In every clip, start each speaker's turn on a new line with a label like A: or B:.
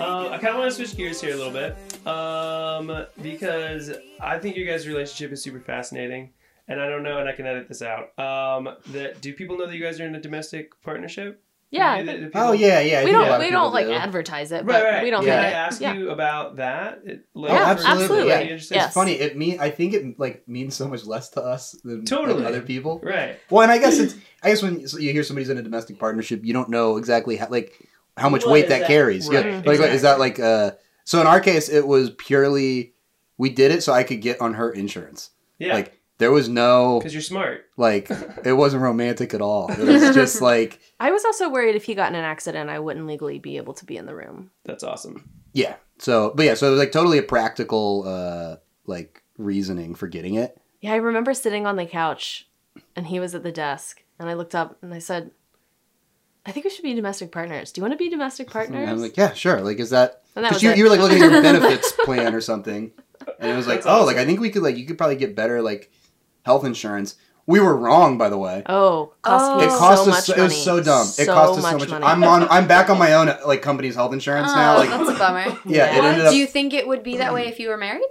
A: Um, I kind of want to switch gears here a little bit um, because I think your guys' relationship is super fascinating, and I don't know, and I can edit this out. Um, that do people know that you guys are in a domestic partnership?
B: Yeah,
A: Do
B: I
A: they-
B: think-
A: do people-
C: Oh yeah, yeah. I
B: we
C: think a lot
B: don't
C: of
B: we
C: people
B: don't like
C: do.
B: advertise it, but
A: Right, right.
B: we don't
A: Can
C: Yeah.
A: I
B: hide it.
A: ask
B: yeah.
A: you about that? It- like,
C: Oh,
B: Yeah,
C: absolutely.
B: absolutely.
C: Yeah.
A: Really interested?
B: Yes.
C: It's funny. It mean I think it like means so much less to us than like,
A: Totally.
C: other people.
A: Right.
C: Well, and I guess it's I guess when you hear somebody's in a domestic partnership, you don't know exactly how like how much
A: What
C: weight
A: is
C: that,
A: that?
C: carries.
A: Right,
C: Yeah, like like, is that
A: exactly.
C: like uh? So in our case, it was purely we did it so I could get on her insurance.
A: Yeah.
C: Like there was no
A: because you're smart.
C: like it wasn't romantic at all. It was just like
B: I was also worried if he got in an accident, I wouldn't legally be able to be in the room.
A: That's awesome.
C: yeah. So but yeah, so it was like totally a practical uh like reasoning for getting it.
B: Yeah, I remember sitting on the couch, and he was at the desk, and I looked up and I said, "I think we should be domestic partners. Do you want to be domestic partners?"
C: And I'm like, yeah, sure. Like, is that
B: And that
C: because
B: was
C: you,
B: it.
C: you were like looking at your benefits plan or something, and it was like,
A: That's
C: oh, like I think we could like you could probably get better like health insurance. We were wrong, by the way.
B: oh, cost
D: Oh.
B: me
C: it cost
B: so
C: us.
B: much
C: it
B: money.
C: was so dumb.
B: So
C: it cost us so much.
B: much money.
C: I'm on. I'm back on my own like company's health insurance now.
D: Oh,
C: Like,
D: that's a bummer.
C: yeah, it
B: Why
C: ended up.
D: Do you think it would be that way if you were married?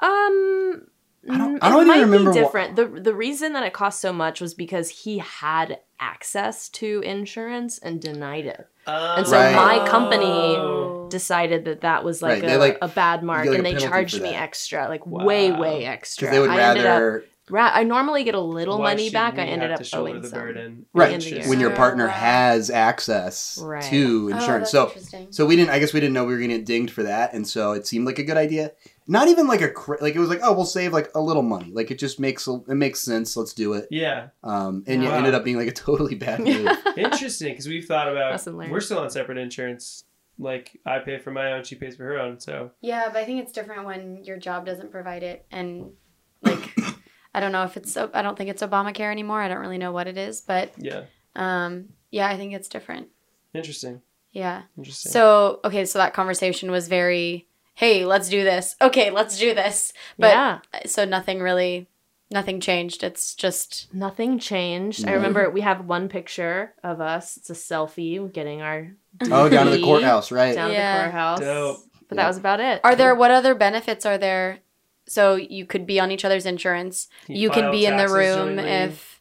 B: Um,
C: I don't-
B: mm,
C: I don't
B: it
C: even
B: might
C: remember wh-
B: Be different. the The reason that it cost so much was because he had access to insurance and denied it, and so
C: Right.
B: my company
A: Um, Oh.
B: decided that that was like,
C: Right, they,
B: a,
C: like,
B: a bad mark,
C: get, like, a
B: and they
C: penalty
B: charged
C: for
B: me
C: that.
B: extra, like
A: Wow.
B: way, way
C: Because
B: extra.
C: they would
B: I ended up.
C: rather
B: Ra- I normally get a little
A: Why
B: money
A: should
B: back.
A: we
B: I ended
A: have to
B: up
A: shoulder
B: owing
A: the
B: some.
A: burden.
C: Right.
B: Interesting.
C: when your
D: Oh,
C: partner
D: wow.
C: has access
B: Right.
C: to
D: Oh, that's
C: insurance. so
D: interesting.
C: So we didn't. I guess we didn't know we were going to get dinged for that, and so it seemed like a good idea. Not even like a cra- like it was like oh we'll save like a little money. Like it just makes a, it makes sense. Let's do it.
A: Yeah.
C: Um, and
A: Wow.
C: it ended up being like a totally bad move.
A: Interesting, because we've thought about
B: Lesson learned.
A: we're still on separate insurance. Like I pay for my own, she pays for her own. So
D: Yeah, but I think it's different when your job doesn't provide it, and like I don't know if it's I don't think it's Obamacare anymore. I don't really know what it is, but
A: yeah,
D: um, yeah, I think it's different.
A: interesting,
D: Yeah.
A: interesting.
D: So okay, so that conversation was very, hey, let's do this. Okay, let's do this. But
B: yeah,
D: so nothing really, nothing changed. It's just
B: nothing changed. I
C: No.
B: remember we have one picture of us. It's a selfie getting our
C: oh, down to the
B: DP.
C: courthouse, right?
B: down
D: Yeah.
B: at the courthouse.
A: Dope.
B: But that was about it.
D: are there what other benefits are there? So you could be on each other's insurance. You, could
A: file
D: be in the
A: taxes
D: room
A: jointly.
D: if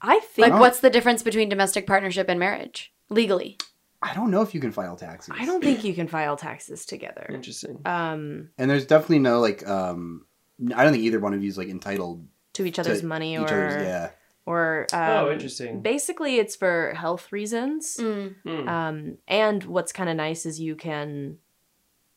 B: I
D: like
B: think
C: Oh.
D: what's the difference between domestic partnership and marriage legally?
C: I don't know if you can file taxes.
B: I don't think you can file taxes together.
A: interesting.
B: Um,
C: And there's definitely no like. um I don't think either one of you is like entitled
B: to each other's
C: To
B: money
C: each
B: or
C: other's. Yeah.
B: or um,
A: oh, interesting.
B: Basically, it's for health reasons.
D: Mm.
A: Hmm.
B: Um, and what's kind of nice is you can,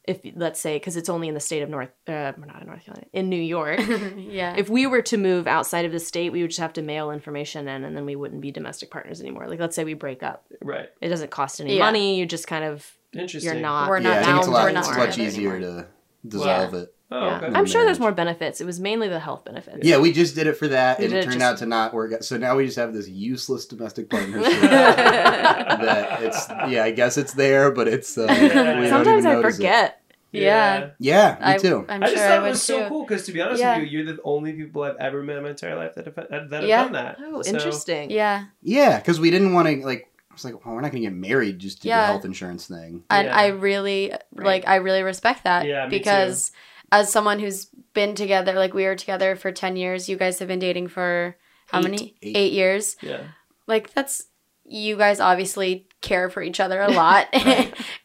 B: if let's say, because it's only in the state of North, uh, we're not in North Carolina, in New York.
D: yeah.
B: if we were to move outside of the state, we would just have to mail information in, and then we wouldn't be domestic partners anymore. Like, let's say we break up,
A: right.
B: it doesn't cost any
D: Yeah.
B: money. You just kind of
A: Interesting.
B: you're not.
D: We're
C: yeah. I
D: not
C: think it's a
D: bound,
C: lot.
D: we're not
C: It's much
D: married
C: easier
B: anymore.
C: to dissolve it.
A: Oh,
B: yeah.
A: okay.
B: I'm sure there's
C: Marriage.
B: more benefits. It was mainly the health benefits.
C: Yeah, we just did it for that,
B: We
C: and
B: did
C: it
B: it
C: turned
B: just-
C: out to not work. out. So now we just have this useless domestic partnership. that
B: That
C: it's yeah i guess it's there but it's uh,
A: Yeah.
C: we don't
B: Sometimes
C: even
B: I
C: notice it.
B: forget.
D: Yeah.
C: yeah me
D: I,
C: too
D: I'm
A: i
D: sure
A: just
D: I
A: thought
D: would
A: it was so
D: too.
A: cool because, to be honest
D: Yeah.
A: with you, you're the only people I've ever met in my entire life that have, that have
D: Yeah.
A: done that.
B: Oh,
A: So,
B: interesting.
D: Yeah.
C: yeah because we didn't want to like i was like well we're not gonna get married just to do
D: Yeah.
C: the health insurance thing
D: and
A: Yeah.
D: I really like I really respect that
A: Yeah, me too.
D: because as someone who's been together like we were together for 10 years you guys have been dating for how
B: Eight.
D: many
C: Eight.
D: 8 years
A: Yeah.
D: like that's you guys obviously care for each other a lot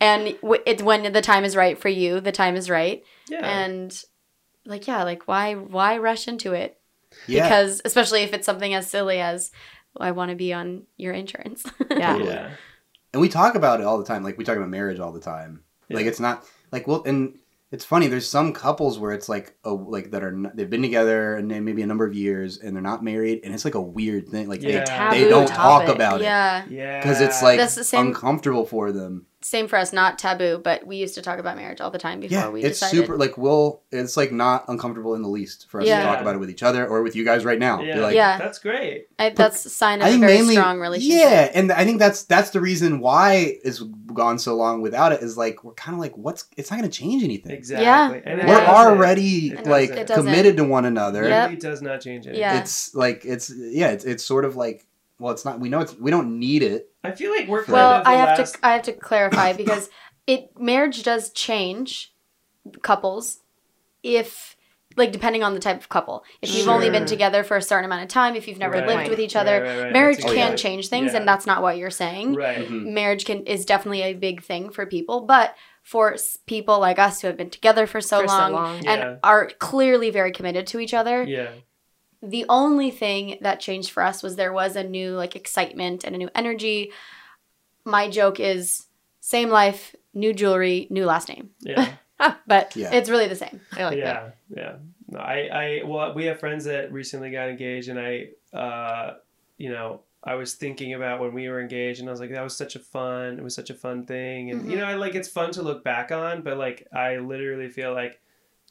D: and w- it's when the time is right for you the time is right
A: Yeah.
D: and like yeah like why why rush into it
C: yeah
D: because especially if it's something as silly as "Well, I want to be on your insurance
B: Yeah.
C: Totally.
A: yeah.
C: and we talk about it all the time like we talk about marriage all the time
A: Yeah.
C: like it's not like well and it's funny there's some couples where it's like a like that are not, they've been together and then maybe a number of years and they're not married and it's like a weird thing like
A: Yeah.
C: they,
B: Taboo
C: they don't talk
B: topic.
C: about it
D: yeah
C: because it's like
D: That's the same-
C: uncomfortable for them
D: same for us, not taboo, but we used to talk about marriage all the time before
C: yeah,
D: we
C: it's
D: decided.
C: super like we'll it's like not uncomfortable in the least for us
D: Yeah.
C: to talk about it with each other or with you guys right now. Be
A: Yeah,
C: like,
D: Yeah.
A: that's great.
D: I, that's a sign of
C: I
D: a
C: think
D: very
C: mainly
D: strong relationship.
C: Yeah, and I think that's that's the reason why it's gone so long without it is like we're kind of like what's it's not going to change anything.
A: Exactly. And it
B: Yeah.
C: We're
A: doesn't.
C: already
A: It
C: like
A: doesn't. It
D: doesn't.
C: committed to one another.
A: It
D: Yep.
A: really does not change anything.
D: Yeah.
C: It's like it's yeah, it's, it's sort of like well, it's not we know it's we don't need it.
A: I feel like we're kind
D: Well,
A: of the
D: I have
A: last-
D: to I have to clarify because it marriage does change couples if like depending on the type of couple. If you've only been
B: Sure.
D: together for a certain amount of time, if you've never
A: Right.
D: lived with each
A: Right,
D: other,
A: right, right.
D: marriage
A: That's a good
D: can
A: point.
D: change things
A: Yeah.
D: and that's not what you're saying.
A: Right.
C: Mm-hmm.
D: Marriage can is definitely a big thing for people, but for s- people like us who have been together for so
B: for
D: long,
B: so long.
D: and
A: Yeah.
D: are clearly very committed to each other,
A: Yeah.
D: the only thing that changed for us was there was a new like excitement and a new energy. My joke is same life, new jewelry, new last name.
A: Yeah.
D: But
C: Yeah.
D: it's really the same.
B: I like that.
A: yeah. Yeah. No, I, I, well, we have friends that recently got engaged, and I, uh, you know, I was thinking about when we were engaged, and I was like, that was such a fun, it was such a fun thing. And,
D: Mm-hmm.
A: you know, I like it's fun to look back on, but like, I literally feel like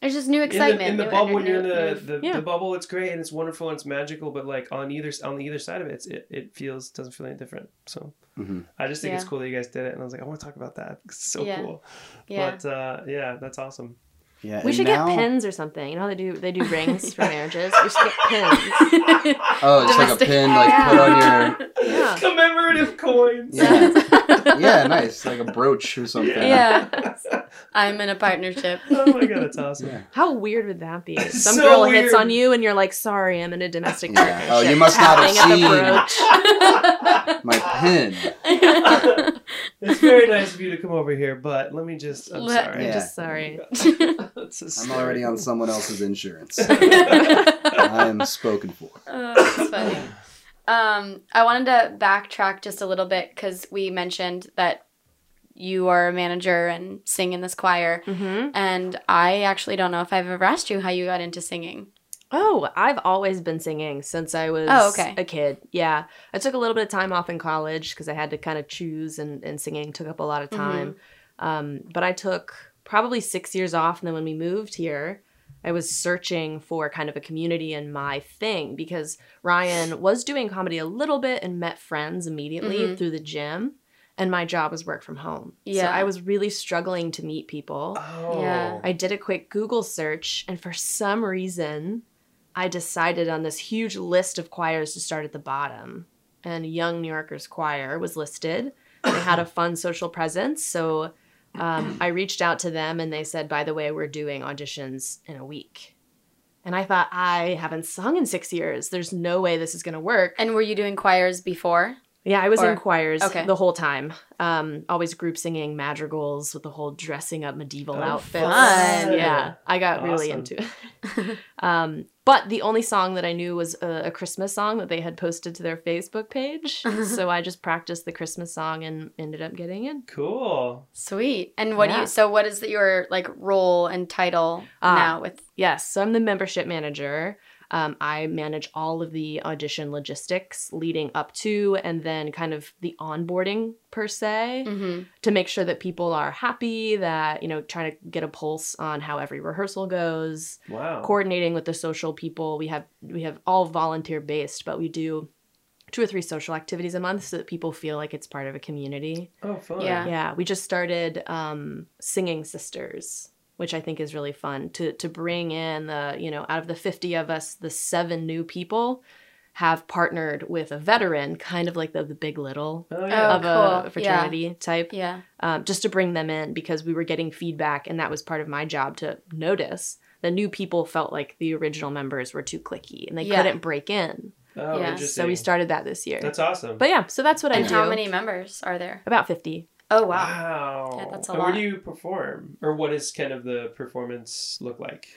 D: There's just new
A: in the-
D: excitement.
A: in the,
D: new
A: bubble when
D: energy,
A: you're in the,
D: new-
A: the,
B: Yeah.
A: the bubble it's great and it's wonderful and it's magical but like on either on the either side of it it's, it, it feels doesn't feel any different so
C: Mhm.
A: i just think it's
D: Yeah.
A: cool that you guys did it and i was like i want to talk about that it's so
D: Yeah.
A: cool
D: yeah.
A: but uh yeah that's awesome
C: Yeah.
B: We
C: and
B: should
C: now-
B: get pins or something. You know how they do they do rings for marriages. We should get pins.
C: Oh, just like a
D: Domestic-
C: pin like put on your
B: Yeah.
A: commemorative coins
C: Yeah. Yeah, nice. Like a brooch or something.
D: yeah. I'm in a partnership.
A: oh my god that's awesome
C: Yeah.
B: How weird would that be?
A: It's
B: Some
A: so
B: girl hits
A: weird.
B: on you and you're like, sorry, I'm in a domestic
C: Yeah.
B: partnership.
C: Oh, you must not have
B: Tapping at the
C: seen.
B: brooch.
C: My pin.
A: it's very nice of you to come over here but let me just i'm
D: Let-
A: sorry
B: I'm
C: Yeah.
B: just sorry.
A: That's a
C: I'm already on
A: story.
C: someone else's insurance.
D: oh,
C: I am spoken for.
D: that's funny. Um, I wanted to backtrack just a little bit because we mentioned that you are a manager and sing in this choir.
B: hmm
D: And I actually don't know if I've ever asked you how you got into singing.
B: Oh, I've always been singing since I was
D: Oh, okay.
B: a kid. Yeah. I took a little bit of time off in college because I had to kind of choose, and, and singing took up a lot of
D: Mm-hmm.
B: time. Um, but I took probably six years off. And then when we moved here, I was searching for kind of a community and my thing because Ryan was doing comedy a little bit and met friends immediately
D: Mhm.
B: through the gym. And my job was work from home. So
D: Yeah.
B: I was really struggling to meet people.
A: oh
D: Yeah.
B: I did a quick Google search, and for some reason, I decided on this huge list of choirs to start at the bottom. And Young New Yorkers Choir was listed. They had a fun social presence. So um, I reached out to them, and they said, by the way, we're doing auditions in a week. And I thought, I haven't sung in six years. There's no way this is going to work.
D: And were you doing choirs before?
B: Yeah, I was
D: Or-
B: in choirs
D: okay.
B: the whole time. Um, always group singing madrigals with the whole dressing up medieval
A: Oh,
B: outfits.
D: fun.
B: Yeah, I got really
A: Awesome.
B: into it. um, but the only song that I knew was a, a Christmas song that they had posted to their Facebook page. so I just practiced the Christmas song and ended up getting in.
A: cool
D: Sweet. And what do
B: Yeah.
D: you so what is your like role and title
B: Ah.
D: now with
B: Yes, so I'm the membership manager. Um, I manage all of the audition logistics leading up to and then kind of the onboarding per se.
D: Mhm.
B: to make sure that people are happy that you know trying to get a pulse on how every rehearsal goes
A: wow
B: coordinating with the social people we have we have all volunteer based but we do two or three social activities a month so that people feel like it's part of a community
A: oh fun
D: Yeah.
B: yeah we just started um, singing sisters which i think is really fun to to bring in the you know out of the 50 of us the seven new people have partnered with a veteran kind of like the, the big little
A: oh yeah
D: Oh,
B: of a
D: cool. Yeah.
B: fraternity type
D: Yeah.
B: um, just to bring them in because we were getting feedback and that was part of my job to notice that new people felt like the original members were too clicky and they
D: Yeah.
B: couldn't break in
A: oh
D: Yeah.
A: interesting
B: so we started that this year
A: that's awesome
B: but yeah so that's what i
D: And
B: do
D: how many members are there?
B: about 50
D: Oh wow.
A: Wow.
D: Yeah, that's a
A: and Where
D: lot.
A: do you perform? Or what does kind of the performance look like?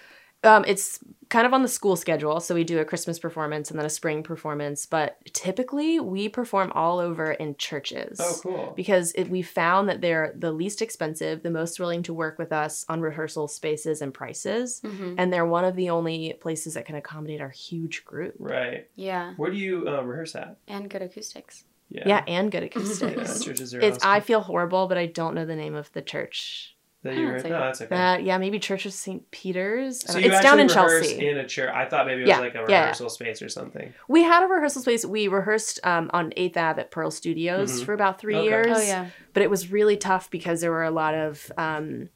B: um, it's kind of on the school schedule so we do a christmas performance and then a spring performance but typically we perform all over in churches
A: Oh, cool.
B: because it, we found that they're the least expensive the most willing to work with us on rehearsal spaces and prices
D: Mhm.
B: and they're one of the only places that can accommodate our huge group.
A: Right.
D: Yeah.
A: Where do you uh, rehearse at?
D: And good acoustics.
A: Yeah.
B: Yeah, and good
A: Yeah,
B: acoustics.
A: churches are
B: It's
A: awesome.
B: I feel horrible, but I don't know the name of the church.
A: that you
D: Oh,
A: were,
D: it's
A: no,
D: like-
A: that's okay.
B: Uh, yeah, maybe Church of St. Peter's. I
A: so
B: don't-
A: you
B: it's down
A: actually
B: in
A: rehearsed
B: Chelsea.
A: in a church. I thought maybe it was
B: Yeah,
A: like a
B: yeah.
A: rehearsal space or something.
B: we had a rehearsal space. We rehearsed um, on 8th Ave at Pearl Studios
A: Mhm.
B: for about three
A: Okay.
B: years.
D: Oh yeah.
B: But it was really tough because there were a lot of um,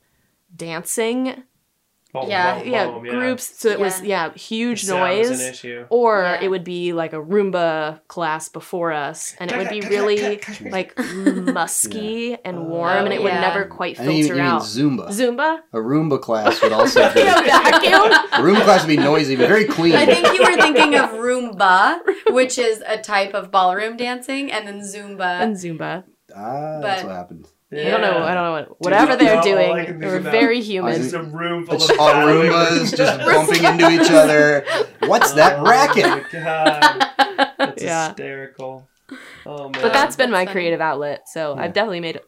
B: dancing, uh,
A: Boom,
D: Yeah,
A: boom,
B: yeah,
A: boom,
B: groups. So it was, yeah,
A: The
B: huge
A: sound was an
B: noise.
A: issue.
B: Or
D: Yeah.
B: it would be like a Roomba class before us, and it would be really like musky and warm,
A: Oh,
B: and it would
D: yeah.
B: never quite
C: I think you,
B: filter
C: you mean
B: out.
C: Zumba.
B: Zumba?
C: a Roomba class would also be.
D: Yeah.
C: a
B: Vacuum?
C: Roomba class would be noisy, but very clean. Ah,
D: I think you were thinking of Roomba, which is a type of ballroom dancing, and then Zumba.
B: and Zumba.
C: ah, that's
D: but-
C: what happened.
B: I don't know. I don't know what. Whatever
A: that's
B: they're
A: all
B: doing,
A: I can think
B: we're
A: about.
B: very human.
A: Just a room full
C: It's
A: of
C: all
A: battling
C: Roombas
A: with-
C: just bumping into each other. What's that
A: Oh
C: racket?
A: my God. That's
B: Yeah.
A: hysterical. Oh man.
B: But that's been
D: That's
B: my
D: funny.
B: creative outlet, so
C: Yeah.
B: I've definitely made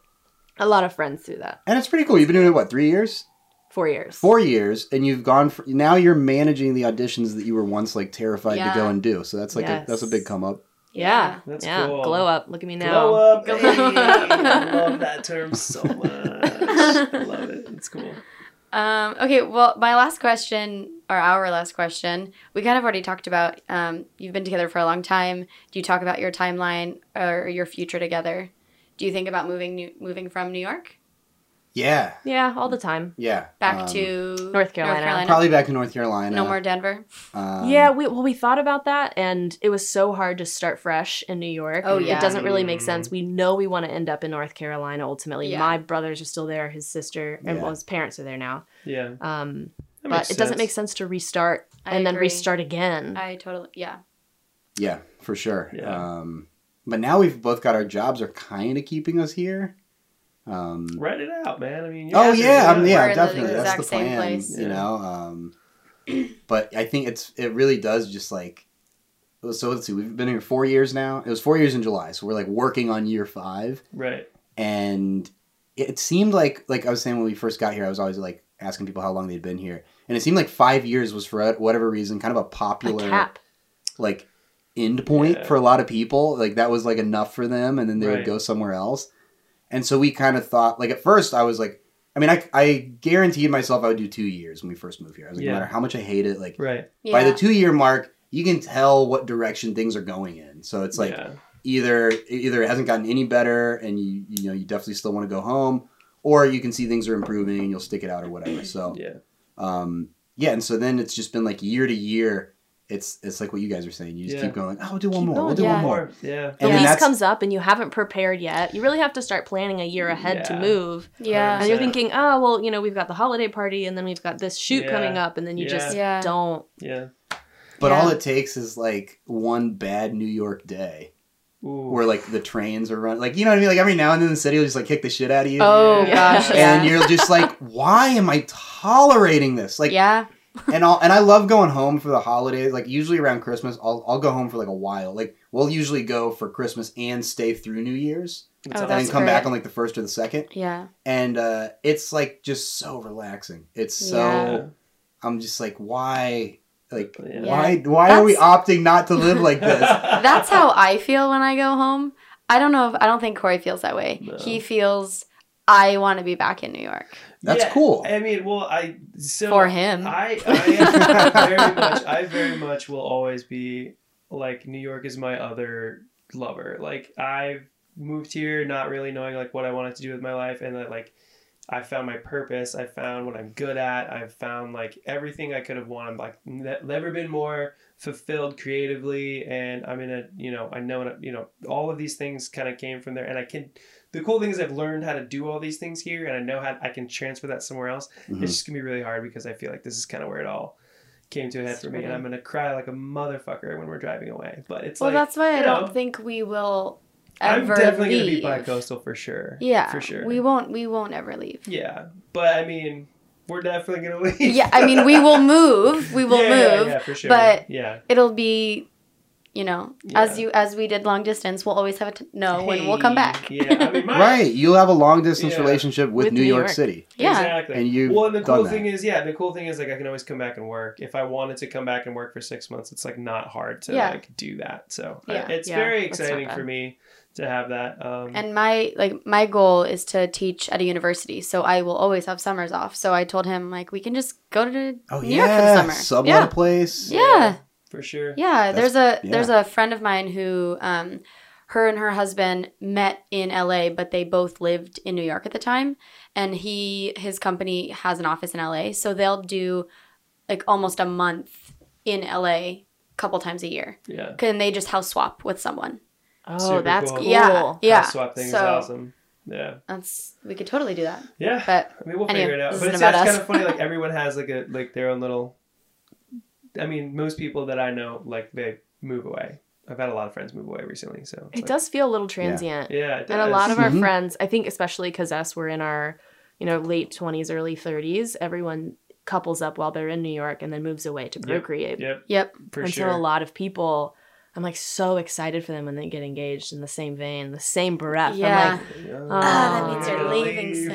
B: a lot of friends through that.
C: And it's pretty cool. You've been doing it what three years?
B: Four years.
C: four years and you've gone for, now you're managing the auditions that you were once like terrified
D: Yeah.
C: to go and do so that's like
B: Yes.
C: a that's a big come up
B: Yeah.
A: That's
B: yeah.
A: cool.
B: Glow up. Look at me now.
A: Glow up.
D: Glow
A: hey,
D: up.
A: I love that term so much. I love it. It's cool.
D: Um, okay, well, my last question, or our last question, we kind of already talked about. Um, you've been together for a long time. Do you talk about your timeline or your future together? Do you think about moving new, moving from New York
C: yeah
B: Yeah, all the time.
C: yeah
D: back
C: Um,
D: to
B: North Carolina.
C: probably back to north carolina
D: no more Denver.
C: um,
B: yeah, we well we thought about that and it was so hard to start fresh in New York.
D: Oh, yeah.
B: It doesn't really make
A: Mm.
B: sense. We know we want to end up in North Carolina ultimately.
D: Yeah.
B: My brothers are still there, his sister and
C: Yeah.
B: well, his parents are there now.
A: Yeah.
B: Um
A: that
B: but
A: makes
B: it doesn't
A: sense.
B: make sense to restart
D: I
B: and then
D: agree.
B: restart again.
D: I totally yeah.
C: yeah for sure
A: Yeah.
C: um but now we've both got our jobs are kind of keeping us here um
A: Write it out, man. I mean, you
C: oh
A: guys are
C: yeah
A: good.
C: I'm,
D: We're in
C: yeah
D: the
C: definitely that's
D: exact
C: the
D: same
C: plan
D: place.
C: you
A: Yeah.
C: know um but i think it's it really does just like so let's see we've been here four years now it was four years in july so we're like working on year five
A: Right.
C: and it seemed like like I was saying when we first got here, I was always like asking people how long they'd been here, and it seemed like five years was for whatever reason kind of a
B: A
C: popular
B: cap.
C: like end point
A: Yeah.
C: for a lot of people. Like that was like enough for them, and then they
A: Right.
C: would go somewhere else. And so we kind of thought like at first I was like, I mean, I I guaranteed myself I would do two years when we first moved here. I was like,
A: Yeah.
C: no matter how much I hate it, like
A: Right.
D: yeah.
C: by the two year mark, you can tell what direction things are going in. So it's like
A: yeah.
C: either either it hasn't gotten any better and you you know you definitely still want to go home or you can see things are improving and you'll stick it out or whatever so
A: Yeah.
C: um yeah and so then it's just been like year to year it's it's like what you guys are saying you just
A: Yeah.
C: keep going like oh we'll do one
B: Keep
C: more we'll
B: going,
C: do
D: yeah.
C: one more
A: Yeah.
B: The
C: and then
B: lease
C: that's
B: comes up and you haven't prepared yet. You really have to start planning a year ahead to
A: Yeah.
B: move.
D: yeah.
B: And you're
A: So-
B: thinking, oh, well, you know, we've got the holiday party and then we've got this shoot
A: Yeah.
B: coming up. And then you
A: Yeah.
B: just
D: Yeah.
B: don't.
A: Yeah.
C: but all
D: Yeah.
C: it takes is like one bad new york day
A: Ooh.
C: where like the trains are running like you know what i mean like every now and then the city will just like kick the shit out of you
D: Oh
A: Yeah.
D: gosh, yeah.
C: and you're just like why am i tolerating this like
D: yeah.
C: and I'll and I love going home for the holidays. Like usually around Christmas, I'll I'll go home for like a while. Like we'll usually go for Christmas and stay through New Year's,
A: That's
D: Oh,
A: awesome.
C: and
D: that's-
C: then come back
D: great.
C: on like the first or the second.
D: Yeah.
C: And uh, it's like just so relaxing. It's so
A: Yeah.
C: I'm just like why like
A: Yeah.
C: why why are we opting not to live like this?
D: That's how I feel when I go home. I don't know if I don't think Corey feels that way.
A: No.
D: He feels I want to be back in New York
C: That's
A: Yeah,
C: cool.
A: I mean, well, I so
D: for him.
A: I, I very much, I very much will always be like New York is my other lover. Like I moved here not really knowing like what I wanted to do with my life, and that like I found my purpose. I found what I'm good at. I've found like everything I could have wanted. Like ne- never been more fulfilled creatively, and I'm in a you know I know you know all of these things kind of came from there, and I can. The cool thing is I've learned how to do all these things here, and I know how I can transfer that somewhere else
C: Mhm.
A: it's just gonna be really hard because I feel like this is kind of where it all came to a head for me, and
D: Started.
A: I'm gonna cry like a motherfucker when we're driving away. But it's
D: well,
A: like
D: that's why I
A: you
D: don't
A: know,
D: think we will
A: I'm
D: ever
A: definitely
D: leave.
A: gonna be bi-coastal for sure.
D: Yeah,
A: for sure.
D: We won't. We won't ever leave.
A: yeah, but I mean, we're definitely gonna leave.
D: yeah, I mean, we will move. We will
A: Yeah, yeah,
D: move.
A: yeah, for sure.
D: but-
A: yeah,
D: It'll be, you know, as
A: Yeah.
D: you as we did long distance. We'll always have a t- no when we'll come
A: Hey,
D: back.
A: Yeah, I mean, my,
C: Right, you have a long distance
A: Yeah.
C: relationship with, New, York, City.
D: Yeah.
A: Exactly.
C: And you've
A: well, and the
C: done
A: cool
C: that.
A: thing is, yeah, the cool thing is like I can always come back and work. If I wanted to come back and work for six months, it's like not hard to
D: Yeah.
A: like do that. So I-
D: Yeah.
A: it's
B: Yeah.
A: very
B: That's not
A: exciting
B: bad.
A: for me to have that. Um,
D: And my like my goal is to teach at a university, so I will always have summers off. So I told him like we can just go to
C: Oh
D: New
C: yeah,
D: York for the summer.
C: sublet a
D: Yeah.
C: place.
D: yeah,
A: for sure.
D: yeah.
C: That's-
D: There's a
C: yeah.
D: there's a friend of mine who, um, her and her husband met in L.A., but they both lived in New York at the time. And he his company has an office in L.A., so they'll do like almost a month in L.A. couple times a year.
A: Yeah.
D: Can they just house swap with someone?
B: Oh,
A: Super
B: that's
A: cool.
B: cool.
D: Yeah, yeah.
A: House swap thing is
D: so
A: awesome. Yeah.
D: that's we could totally do that,
A: Yeah.
D: but
A: I mean, we'll
D: Anyway,
A: figure it out.
D: this
A: But it's,
D: isn't about
A: it's kind
D: us.
A: of funny. Like everyone has like a like their own little. I mean, most people that I know like they move away. I've had a lot of friends move away recently, so it's
B: It
A: like-
B: does feel a little transient.
A: Yeah, it
B: And a lot
A: does. Mm-hmm.
B: of our
C: Mhm.
B: friends, I think especially cuz us were in our, you know, late 20s, early 30s, everyone couples up while they're in New York and then moves away to procreate.
A: Yep,
D: yep.
A: for
B: and
A: sure.
B: so a lot of people I'm like so excited for them when they get engaged in the same vein, the same breath. I'm
D: Yeah.
B: like,
C: Oh,
A: Yeah.
B: Ah, that means
A: You're
B: you're
A: gonna
D: leaving
A: leave.
D: soon.
B: oh,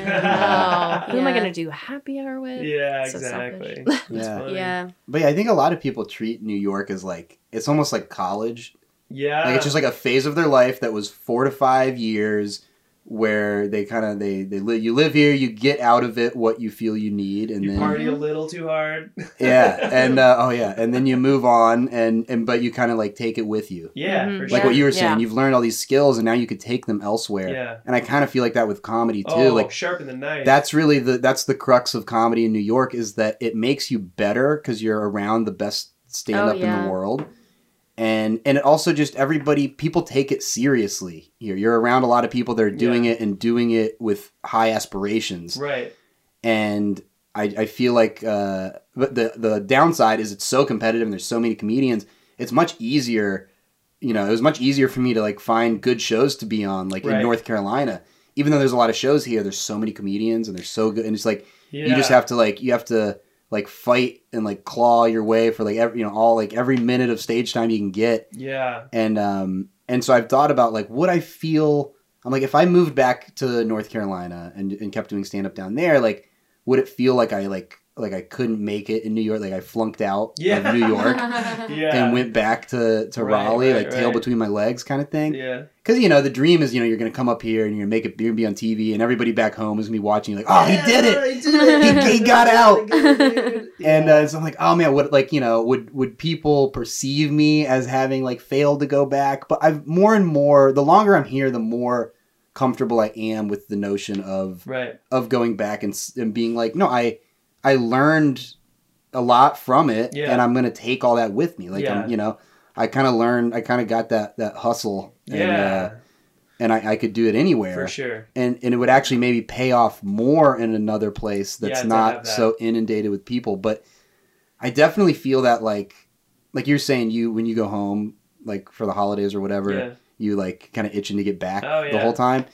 B: who am I
D: Yeah.
B: gonna do happy hour with?
A: Yeah,
B: So
A: exactly. That's
C: Yeah.
A: funny.
D: Yeah.
C: But yeah, I think a lot of people treat New York as like it's almost like college.
A: Yeah.
C: Like it's just like a phase of their life that was four to five years where they kind of they they live you live here you get out of it what you feel you need and
A: you
C: then
A: party a little too hard.
C: yeah and uh, oh yeah and then you move on and and but you kind of like take it with you
A: Yeah,
B: Mhm.
A: for
C: like
A: sure.
C: what you were saying
B: Yeah.
C: you've learned all these skills and now you could take them elsewhere
A: Yeah.
C: and i kind of feel like that with comedy too
A: Oh,
C: like
A: sharpen the knife.
C: that's really the that's the crux of comedy in New York is that it makes you better because you're around the best stand up
D: Oh,
C: in
D: yeah.
C: the world, and and it also just everybody people take it seriously here. You're around a lot of people that are doing it and doing it with high aspirations,
A: right.
C: and I, I feel like uh, but the the downside is it's so competitive and there's so many comedians. It's much easier, you know. It was much easier for me to like find good shows to be on, like
A: Right.
C: in North Carolina. Even though there's a lot of shows here, there's so many comedians and they're so good, and it's like
A: Yeah.
C: you just have to like you have to like fight and like claw your way for like every you know all like every minute of stage time you can get
A: Yeah.
C: and um and so I've thought about like would I feel I'm like if I moved back to North Carolina and and kept doing stand up down there like would it feel like I like like I couldn't make it in New York like I flunked out
A: Yeah.
C: of New York
D: Uh-huh.
A: Yeah.
C: and went back to to
A: Right,
C: Raleigh
A: right,
C: like tail
A: right.
C: between my legs kind of thing
A: yeah.
C: because you know the dream is you know you're gonna come up here and you're gonna make it you're gonna be on TV and everybody back home is gonna be watching you like oh he did it
A: He did
C: He- he got out.
A: Yeah.
C: and uh, so I'm like, oh man, would like you know would would people perceive me as having like failed to go back? But I've more and more the longer I'm here, the more comfortable I am with the notion of
A: right.
C: of going back and, s- and being like, no, I I learned a lot from it,
A: Yeah.
C: and I'm gonna take all that with me. Like
A: Yeah.
C: I'm, you know, I kind of learned, I kind of got that that hustle, and,
A: Yeah.
C: uh, and I, I could do it anywhere
A: for sure.
C: and and it would actually maybe pay off more in another place
A: Yeah,
C: that's
A: to have
C: not
A: that.
C: so inundated with people but i definitely feel that like like you're saying you when you go home like for the holidays or whatever
A: Yeah.
C: you like kind of itching to get back
A: Oh,
C: the
A: yeah.
C: whole time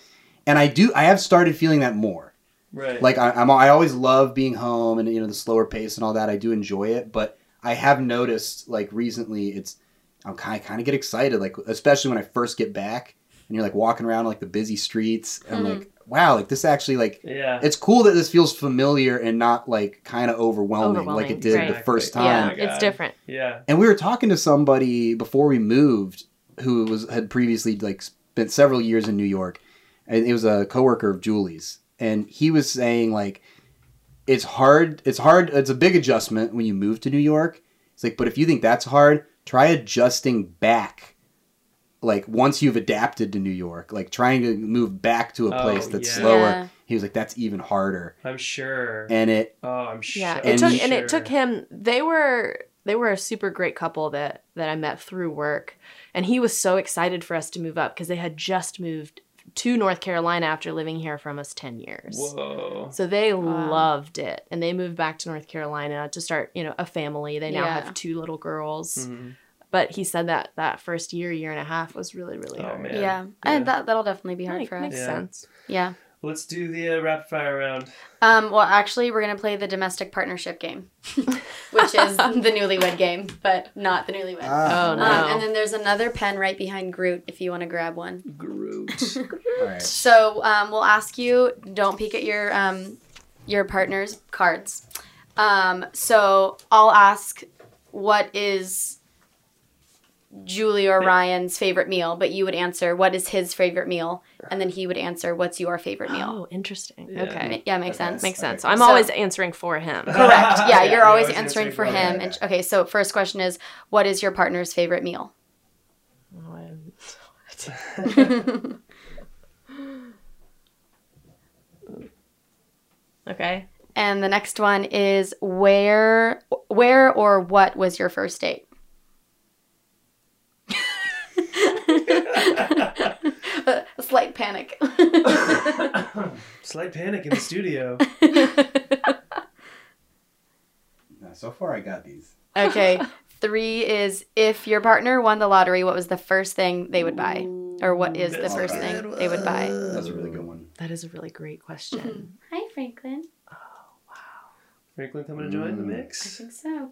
C: and i do i have started feeling that more
A: Right.
C: like I, i'm i always love being home and you know the slower pace and all that i do enjoy it but i have noticed like recently it's i'm kind of, kind of get excited like especially when i first get back and you're like walking around like the busy streets and
D: Mhm.
C: like wow like this actually like
A: yeah.
C: it's cool that this feels familiar and not like kind of overwhelming,
B: Overwhelming,
C: like it did the
A: right.
C: first time.
B: Yeah,
A: Oh my
B: it's
A: God.
B: different.
A: yeah.
C: And we were talking to somebody before we moved who was had previously like spent several years in New York, and it was a coworker of Julie's, and he was saying like, it's hard, it's hard, it's a big adjustment when you move to New York. It's like, but if you think that's hard, try adjusting back. Like once you've adapted to New York, like trying to move back to a
A: Oh,
C: place that's
A: yeah.
C: slower,
D: Yeah.
C: he was like, that's even harder.
A: I'm sure.
C: And it
A: oh, I'm sure.
B: Yeah, it
C: And-
B: took
A: I'm
B: and it took
A: sure.
B: him. They were they were a super great couple that that I met through work, and he was so excited for us to move up because they had just moved to North Carolina after living here from us ten years.
A: Whoa.
B: So they
D: Wow.
B: loved it, and they moved back to North Carolina to start you know a family. They now
D: Yeah.
B: have two little girls,
A: Mhm.
B: but he said that that first year year and a half was really really
A: Oh,
B: hard.
A: man.
D: Yeah.
A: Yeah.
D: And that that'll definitely be hard
B: Make-
D: for us.
B: makes
A: Yeah.
B: sense.
D: Yeah.
A: Let's do the uh, rapid fire round.
D: Um, well, actually, we're gonna play the domestic partnership game, which is the newlywed game, but not the newlywed.
C: Ah.
B: Oh,
D: um,
B: no.
D: and then there's another pen right behind Groot if you want to grab one.
A: Groot.
C: All right.
D: So um, we'll ask you. Don't peek at your um, your partner's cards. Um, so I'll ask, what is Julie or Ryan's favorite meal, but you would answer what is his favorite meal, and then he would answer what's your favorite meal.
B: Oh, interesting.
A: Yeah.
B: Okay.
D: Yeah, makes
A: Okay.
D: sense.
B: Makes
A: Okay,
B: sense.
A: cool.
B: I'm
D: So-
B: always answering for him.
D: Correct. Yeah,
A: Yeah,
D: you're always
A: you're always
D: answering for
A: answering for
D: him.
A: him.
D: And okay, so first question is, what is your partner's favorite meal?
B: okay.
D: And the next one is where, where or what was your first date? A slight panic.
A: Slight panic in the studio.
C: so far, I got these.
D: okay, three is if your partner won the lottery, what was the first thing they would buy, or what is the
A: That's
D: first
C: a
D: thing they would buy?
C: That's a really good one.
B: That is a really great question.
D: Hi, Franklin.
A: Franklin coming to join the
C: Mm.
A: mix.
D: so. Come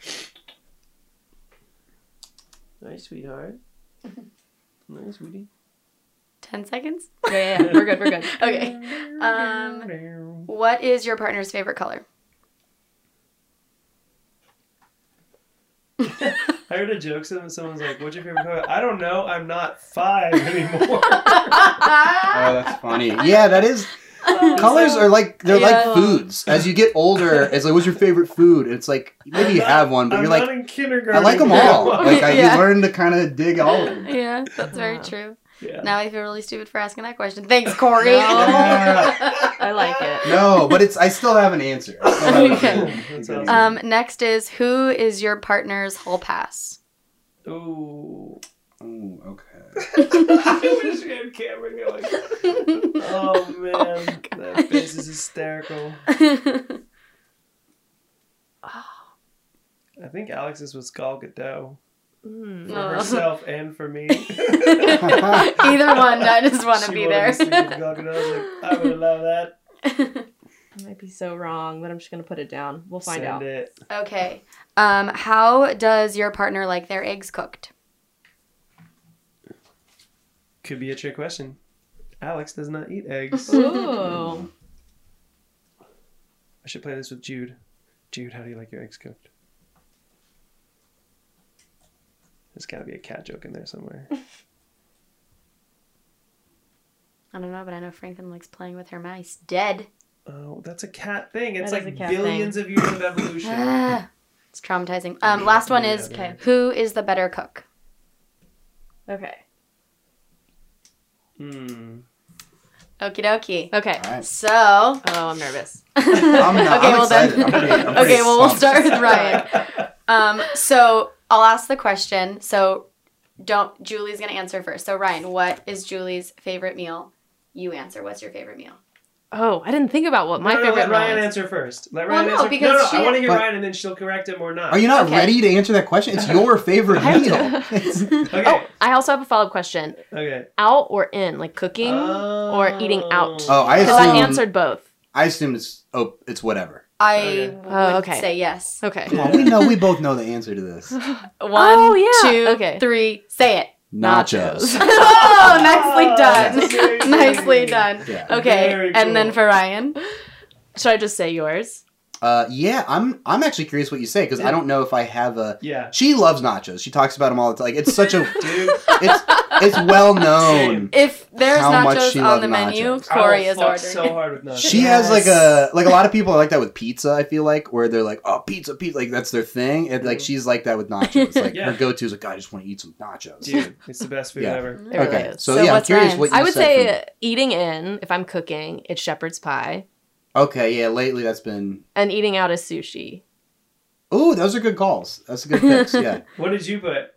D: here.
A: Hi, sweetheart. Hi, sweetie.
D: Ten seconds.
B: Mm-hmm. yeah, yeah, yeah. We're good. We're good.
D: Okay. Um, what is your partner's favorite color?
A: I heard a joke. Someone, someone's like, "What's your favorite color?" I don't know. I'm not five anymore.
C: Oh, that's funny. Yeah, that is. Colors are like they're
B: Yeah.
C: like foods. As you get older, it's like, what's your favorite food? And it's like maybe you have one, but
A: I'm
C: you're
A: not
C: like,
A: in kindergarten.
C: I like them all.
A: anymore.
C: Like I
D: Yeah.
C: you learn to kind of dig all of them.
D: yeah, that's very
B: Uh,
D: true.
A: yeah.
D: Now I feel really stupid for asking that question. Thanks, Corey.
C: No.
B: I like it.
C: No, but it's I still have an answer. I still have an
D: Okay.
C: answer.
A: That's awesome.
D: um, next is who is your partner's hall pass?
A: Ooh.
C: Ooh, okay.
A: I wish we had camera going. Oh man, that face is hysterical. I think Alex's was Gal Gadot for
B: Mm.
D: Oh.
A: herself and for me.
D: Either one, I just want to
A: She
D: be
A: wanted
D: there.
A: to sleep with Gal Gadot. I was like, I would allow that.
B: I might be so wrong, but I'm just gonna put it down. We'll find
A: Send
B: out.
A: it.
D: okay. Um, how does your partner like their eggs cooked?
A: Could be a trick question. Alex does not eat eggs.
B: Ooh.
A: I should play this with Jude. Jude, how do you like your eggs cooked? There's gotta be a cat joke in there somewhere.
D: I don't know, but I know Franklin likes playing with her mice. Dead.
A: Oh, that's a cat thing. It's
B: That is a
A: like
B: cat
A: billions of years of evolution.
D: Ah, it's traumatizing. Um, last one is
A: Yeah, they're-
D: who is the better cook?
B: Okay.
A: Hmm.
D: Okie dokie.
B: Okay.
C: All right.
D: So
B: Oh, I'm nervous.
C: Uh, I'm not.
D: Okay,
C: I'm
D: well then-
C: excited. I'm pretty- I'm pretty
D: okay, well we'll start
C: stumped.
D: with Ryan. Um, so I'll ask the question. So don't Julie's gonna answer first. So Ryan, what is Julie's favorite meal? You answer. What's your favorite meal?
B: Oh, I didn't think about what my
A: no, no,
B: favorite
A: let Ryan
B: meal is.
A: answer first. Let
D: Well,
A: Ryan
D: no,
A: answer.
D: because
A: no, no,
D: she-
A: I want to hear
C: But-
A: Ryan and then she'll correct him or not.
C: Are you not
D: Okay.
C: ready to answer that question? It's your favorite meal. It's-
A: Okay.
B: Oh, I also have a follow-up question.
A: Okay.
B: Out or in, like cooking
A: Uh,
B: or eating out?
C: oh, I
B: Because I
C: assume.
B: answered both.
C: I assume it's oh, it's whatever.
D: I
A: Okay.
D: would
B: Oh, okay.
D: say yes.
B: Okay.
C: Come on, we know we both know the answer to this.
D: One,
B: Oh, yeah.
D: two,
B: Okay.
D: three, say it.
C: Nachos.
D: oh, nicely
A: Oh,
D: done.
A: very
D: nicely
A: good.
D: done.
C: Yeah.
D: Okay,
A: Very
D: and then
A: cool.
D: for Ryan.
B: Should I just say yours?
C: Uh, yeah, I'm I'm actually curious what you say because I don't know if I have a.
A: Yeah.
C: She loves nachos. She talks about them all the time. Like it's such a
A: Dude,
C: it's it's well known.
D: If there's
C: How much
D: nachos
C: she
D: on
C: loved
D: the menu,
C: nachos.
D: Corey
A: I
D: is
A: will Oh, fuck
D: ordering.
A: so hard with nachos.
C: She has like a like a lot of people are like that with pizza. I feel like where they're like, oh, pizza, pizza, like that's their thing. And like she's like that with nachos. Like
A: Yeah.
C: her go to is like, God, I just want to eat some nachos.
A: Dude, it's the best food
C: Yeah.
A: ever.
B: It really
C: okay,
B: is.
C: so,
D: So
C: yeah, I'm
D: what's
C: curious
D: Ryan's?
C: what you
B: I would
C: said
B: say
C: for-
B: eating in, if I'm cooking, it's shepherd's pie.
C: Okay, yeah, lately that's been.
B: And eating out is sushi.
C: Oh, those are good calls. That's a good picks. Yeah.
A: What did you put?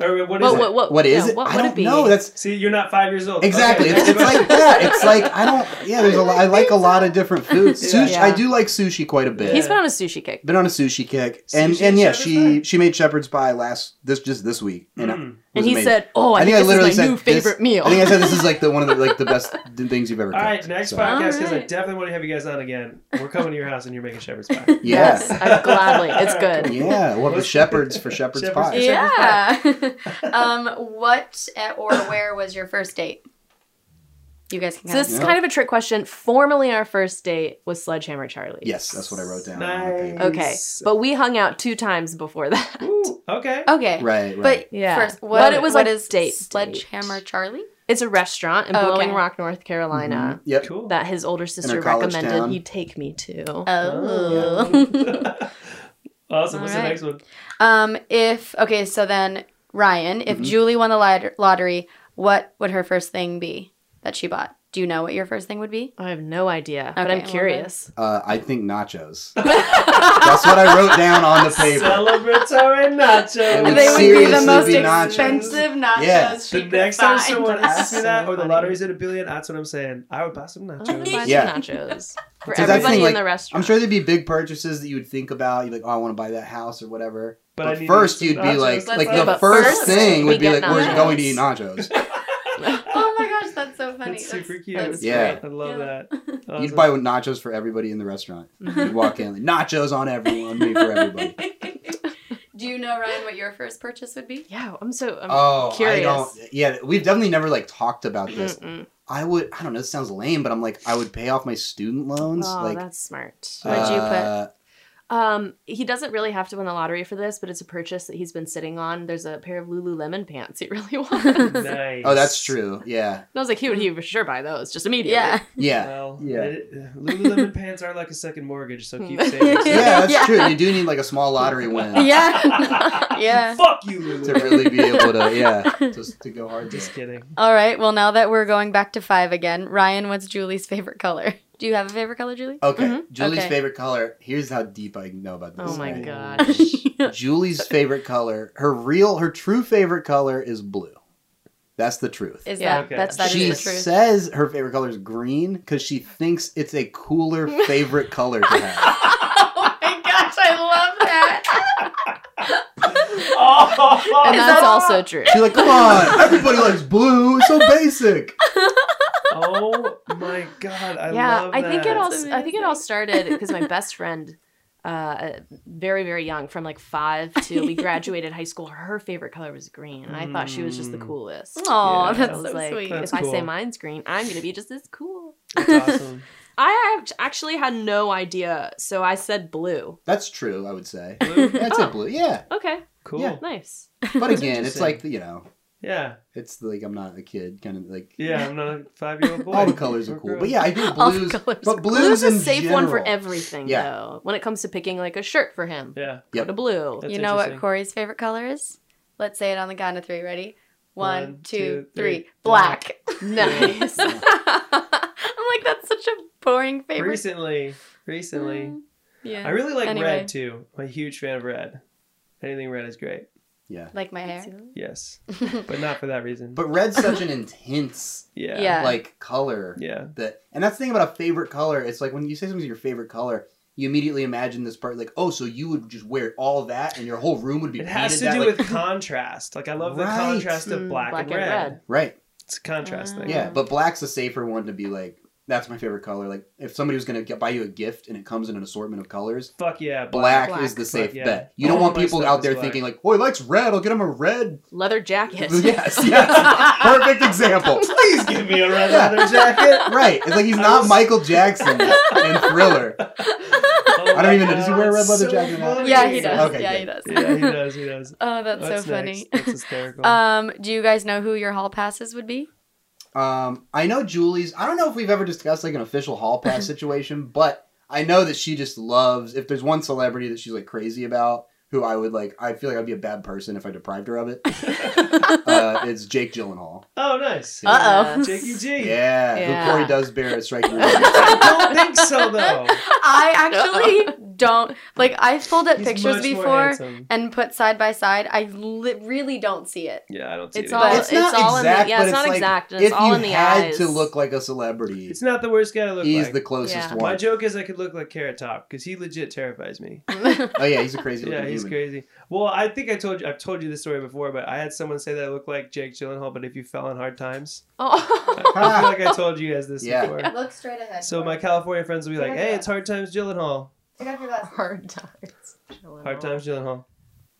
A: Or what is
B: What,
A: it?
B: what, what,
C: what is
B: yeah,
C: it?
B: What
C: I
B: would
C: don't
B: it be?
C: know. That's
A: See, you're not five years old.
C: exactly.
A: Okay,
C: It's,
A: next
C: it's like
A: question.
C: that. It's like I don't. Yeah, there's a lot. I like a lot of different foods.
A: Yeah.
C: Sushi. I do like sushi quite a bit.
B: He's
A: Yeah.
B: been on a sushi kick.
C: Been on a sushi kick, and
A: Sushi
C: and
A: and
C: yeah,
A: shepherd's
C: she
A: pie?
C: she made shepherd's pie last this just this week, and it
A: Mm.
B: And
C: was
B: he
C: amazing.
B: said, "Oh, I, think, this is my new
C: this-
B: favorite meal."
C: I think I said this is like the one of the like the best things you've ever.
A: All
C: cooked.
A: right, next
C: So,
A: podcast because I
D: Alright.
A: definitely want to have you guys on again. We're coming to your house and you're making shepherd's pie.
C: Yeah.
B: Yes,
D: Uh,
B: I, gladly. It's good.
C: Yeah, we'll have the shepherds for shepherd's
A: Shepherds.
C: pie.
D: Yeah. um, what or where was your first date? You guys can
B: So
D: kind
B: this is
C: Yeah.
B: kind of a trick question. Formally, our first date was Sledgehammer Charlie.
C: Yes, that's what I wrote down. on the
A: Nice.
C: paper.
B: Okay, but we hung out two times before that.
A: Ooh, okay.
D: of okay.
C: Right, right.
D: But
B: Yeah.
D: first, what,
B: But it was
D: what
B: a
D: is
B: date
D: Sledgehammer
B: date.
D: Charlie?
B: It's a restaurant in
D: Okay.
B: Blowing Rock, North Carolina,
C: Mm-hmm. yep.
A: Cool.
B: that his older sister
C: college
B: recommended
C: town.
B: he take me to.
D: Oh.
A: awesome. What's the
D: Alright.
A: next one?
D: um, if okay, so then Ryan, if
C: Mhm.
D: Julie won the lot- lottery, what would her first thing be that she bought? Do you know what your first thing would be?
B: I have no idea, but
D: Okay,
B: I'm
D: well,
B: curious.
C: Uh, I think nachos. That's what I wrote down on the paper.
A: Celebratory nachos.
C: Would
D: they would be the
C: seriously
D: most
C: be nachos.
D: expensive nachos.
C: Yeah.
A: The
D: She could
A: next time
D: find.
A: someone asks me
B: So
A: that, or the
B: funny.
A: lottery's at a billion, that's what I'm saying. I would buy some
D: Oh
B: I'm
A: nachos.
B: glad
C: Yeah.
B: the nachos for
C: So that's the
B: everybody
C: thing,
B: in
C: like,
B: the restaurant.
C: I'm sure there'd be big purchases that you would think about. You'd be like, oh, I want to buy that house or whatever.
A: But
C: But,
A: I need
C: first,
A: some
C: you'd be
A: nachos.
C: like,
D: Let's
C: like
D: go.
C: the
D: But
C: first
D: first,
C: thing
B: we
C: would be
B: get
C: like, oh, we're
D: nachos.
C: going to eat nachos.
D: Oh my gosh, that's so funny.
A: That's super cute.
D: that's
C: Yeah.
A: I love
D: Yeah.
A: that.
C: You'd
A: Awesome.
C: buy nachos for everybody in the restaurant.
D: Mm-hmm.
C: You'd walk in, like, nachos on everyone, made for everybody.
D: Do you know Ryan what your first purchase would be?
B: yeah, I'm so I'm
C: Oh,
B: curious.
C: I don't. Yeah, we've definitely never like talked about this.
B: Mm-mm.
C: I would. I don't know. This sounds lame, but I'm like, I would pay off my student loans.
B: Oh,
C: like, uh,
B: that's smart.
D: What'd you put?
B: Um, he doesn't really have to win the lottery for this, but it's a purchase that he's been sitting on. There's a pair of Lululemon pants he really wants. and
A: nice.
C: Oh, that's true. Yeah,
B: I was like, he would he would sure buy those just immediately.
D: Yeah.
C: yeah,
A: Well,
C: Yeah.
A: it- Lululemon pants are like a second mortgage, so keep saving.
C: yeah. That's
D: Yeah.
C: true. You do need like a small lottery win
D: Yeah. yeah.
A: Fuck you,
C: to
A: Lululemon.
C: really be able to, yeah, just to go hard.
A: Just
C: Just
A: kidding.
D: All right. Well, now that we're going back to five again, Ryan, what's Julie's favorite color? Do you have a favorite color, Julie?
C: okay.
B: Mhm.
C: Julie's
D: Okay.
C: favorite color. Here's how deep I know about this.
B: Oh my
C: right?
B: gosh.
C: Julie's favorite color. Her real, her true favorite color is blue. That's the truth.
D: Is
B: Yeah,
D: that
A: okay.
D: that's that is
C: she
D: the truth?
C: says her favorite color is green because she thinks it's a cooler favorite color to have.
D: oh my gosh, I love that.
B: And
A: Oh,
B: that's also true.
C: She's like, come on, everybody likes blue. It's so basic.
A: Oh my god, I
B: yeah,
A: love
B: I think it
A: that.
B: all
D: That's
B: I think it all
D: amazing.
B: started because my best friend uh very very young from like 5 to we graduated high school her favorite color was green and I thought she was just the
A: Mm.
B: coolest.
D: Oh,
A: Yeah.
D: that's
B: I
A: Sounds
D: so
B: was like,
D: sweet.
A: That's
B: if I say
A: cool.
B: mine's green, I'm gonna be just as cool.
A: That's awesome.
B: I act- actually had no idea, so I said blue.
C: That's true, I would say.
A: Blue?
C: That's
B: Oh.
C: a blue, yeah.
B: Okay,
A: Cool.
C: Yeah.
B: nice.
C: But again, it's
A: interesting.
C: like you know,
A: Yeah.
C: it's like I'm not a kid, kind of like
A: Yeah, I'm not a five year old boy.
C: all the colors are
A: We're
C: cool.
A: grown.
C: But yeah, I think
D: All the
C: blues.
D: colors are
C: But blues,
B: Blue's a
C: in
B: safe one for
C: general.
B: everything,
C: Yeah.
B: though. When it comes to picking like a shirt for him,
A: Yeah.
B: go to blue.
A: That's
D: you know what
A: interesting.
D: Corey's favorite color is? Let's say it on the count of three. Ready? One,
A: One,
D: two,
A: two,
D: three.
A: three.
D: Black.
B: Nice.
D: I'm like, that's such a boring favorite. Mm.
A: Recently, recently,
D: Yeah.
A: I really like
D: Anyway.
A: red too. I'm a huge fan of red. Anything red is great.
C: Yeah,
D: like my hair.
A: Yes, but not for that reason.
C: but red's such an intense
A: yeah,
D: Yeah.
C: like color
A: yeah,
C: that, and that's the thing about a favorite color. It's like when you say something's your favorite color. You immediately imagine this part like, oh, so you would just wear all that, and your whole room would be
A: It
C: painted
A: has to
C: that
A: do
C: like,
A: with contrast. Like I love the
C: Right.
A: contrast of
B: Mm,
A: black,
B: black
A: and,
B: and
A: red.
B: red.
C: right,
A: It's a
D: Ah.
A: contrast thing.
C: yeah. But black's the safer one to be like, that's my favorite color. Like, if somebody was gonna get, buy you a gift and it comes in an assortment of colors,
A: Fuck yeah.
C: black,
B: Black.
C: is the safe
A: Black, yeah.
C: bet. You don't
A: All
C: want
A: my
C: people
A: stuff
C: out
A: is
C: there
A: black.
C: thinking like, "Oh, he likes red. I'll get him a red."
B: Leather jacket.
C: yes, yes. Perfect example.
A: Please give me a red
C: Yeah.
A: leather jacket.
C: Right. It's like he's
A: I
C: not
A: was-
C: Michael Jackson in Thriller.
A: Oh
C: I don't
A: my
C: even know. Does he wear a red
A: God,
C: leather
A: so
C: jacket or not?
A: funny.
D: Yeah, he does.
C: Okay,
D: yeah, he
C: good.
D: does.
A: Yeah, he does. He does.
D: oh, that's,
A: What's
D: so funny.
A: next? That's hysterical.
D: Um, do you guys know who your hall passes would be?
C: Um, I know Julie's. I don't know if we've ever discussed like an official hall pass situation, but I know that she just loves. If there's one celebrity that she's like crazy about, who I would like, I feel like I'd be a bad person if I deprived her of it. uh, it's Jake Gyllenhaal.
A: oh, nice.
C: Uh,
D: Uh-oh.
A: Jakey G.
C: Yeah,
B: Yeah.
C: who Corey does bear a striking.
A: I don't think so though.
D: I actually don't. Like, I've pulled up
A: He's
D: pictures
A: much more
D: before
A: handsome.
D: and put side by side. I li- really don't see it.
A: Yeah, I don't see
B: It's
A: it.
B: all-
A: either.
C: it's not
B: all in the-
C: exact,
B: yeah,
C: but
B: it's not
C: like,
B: exact, and it's
C: if
B: all
C: you
B: in the
C: had to
B: eyes.
C: look like a celebrity,
A: It's not the worst guy to look
C: he's
A: like.
C: the closest
B: Yeah.
A: My
C: one.
A: joke is I could look like Carrot Top because he legit terrifies me.
C: Oh yeah, he's a crazy.
A: yeah,
C: looking
A: he's
C: human.
A: crazy. Well, I think I told you I've told you this story before, but I had someone say that I look like Jake Gyllenhaal, but if you fell on hard times,
B: Oh.
A: I feel like I told you guys this
C: Yeah.
A: before.
D: Look straight ahead.
A: So my California friends will be like, "Hey, it's hard times Gyllenhaal.
D: Take off your glasses.
B: Hard times.
A: Hard times Gyllenhaal."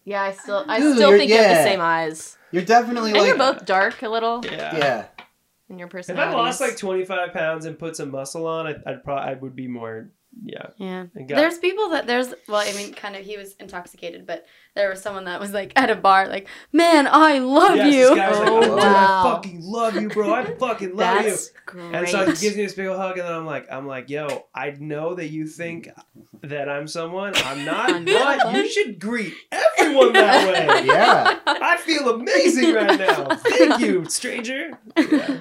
B: Yeah, I still I
C: Dude,
B: still
C: you're-
B: think you have
C: yeah.
B: the same eyes.
C: You're definitely
B: And
C: like
B: you're both dark a little.
A: Yeah.
C: yeah.
B: and your
A: If
B: personality.
A: I lost like 25 pounds and put some muscle on, I'd, I'd probably I would be more. Yeah.
D: Yeah.
A: And got-
D: There's people that there's well, I mean, kind of he was intoxicated, but there was someone that was like at a bar, like, man, I love
A: Yes,
D: you. Uh,
A: This guy was like,
C: Oh,
A: oh, dude,
B: wow.
A: I fucking love you, bro. I fucking love you.
B: That's great.
A: And so he gives me this big ol' hug, and then I'm like, I'm like, yo, I know that you think that I'm someone. I'm not,
B: I'm
A: but
B: not.
A: you should greet everyone that way.
C: Yeah.
A: I feel amazing right now. Thank you, stranger. Yeah.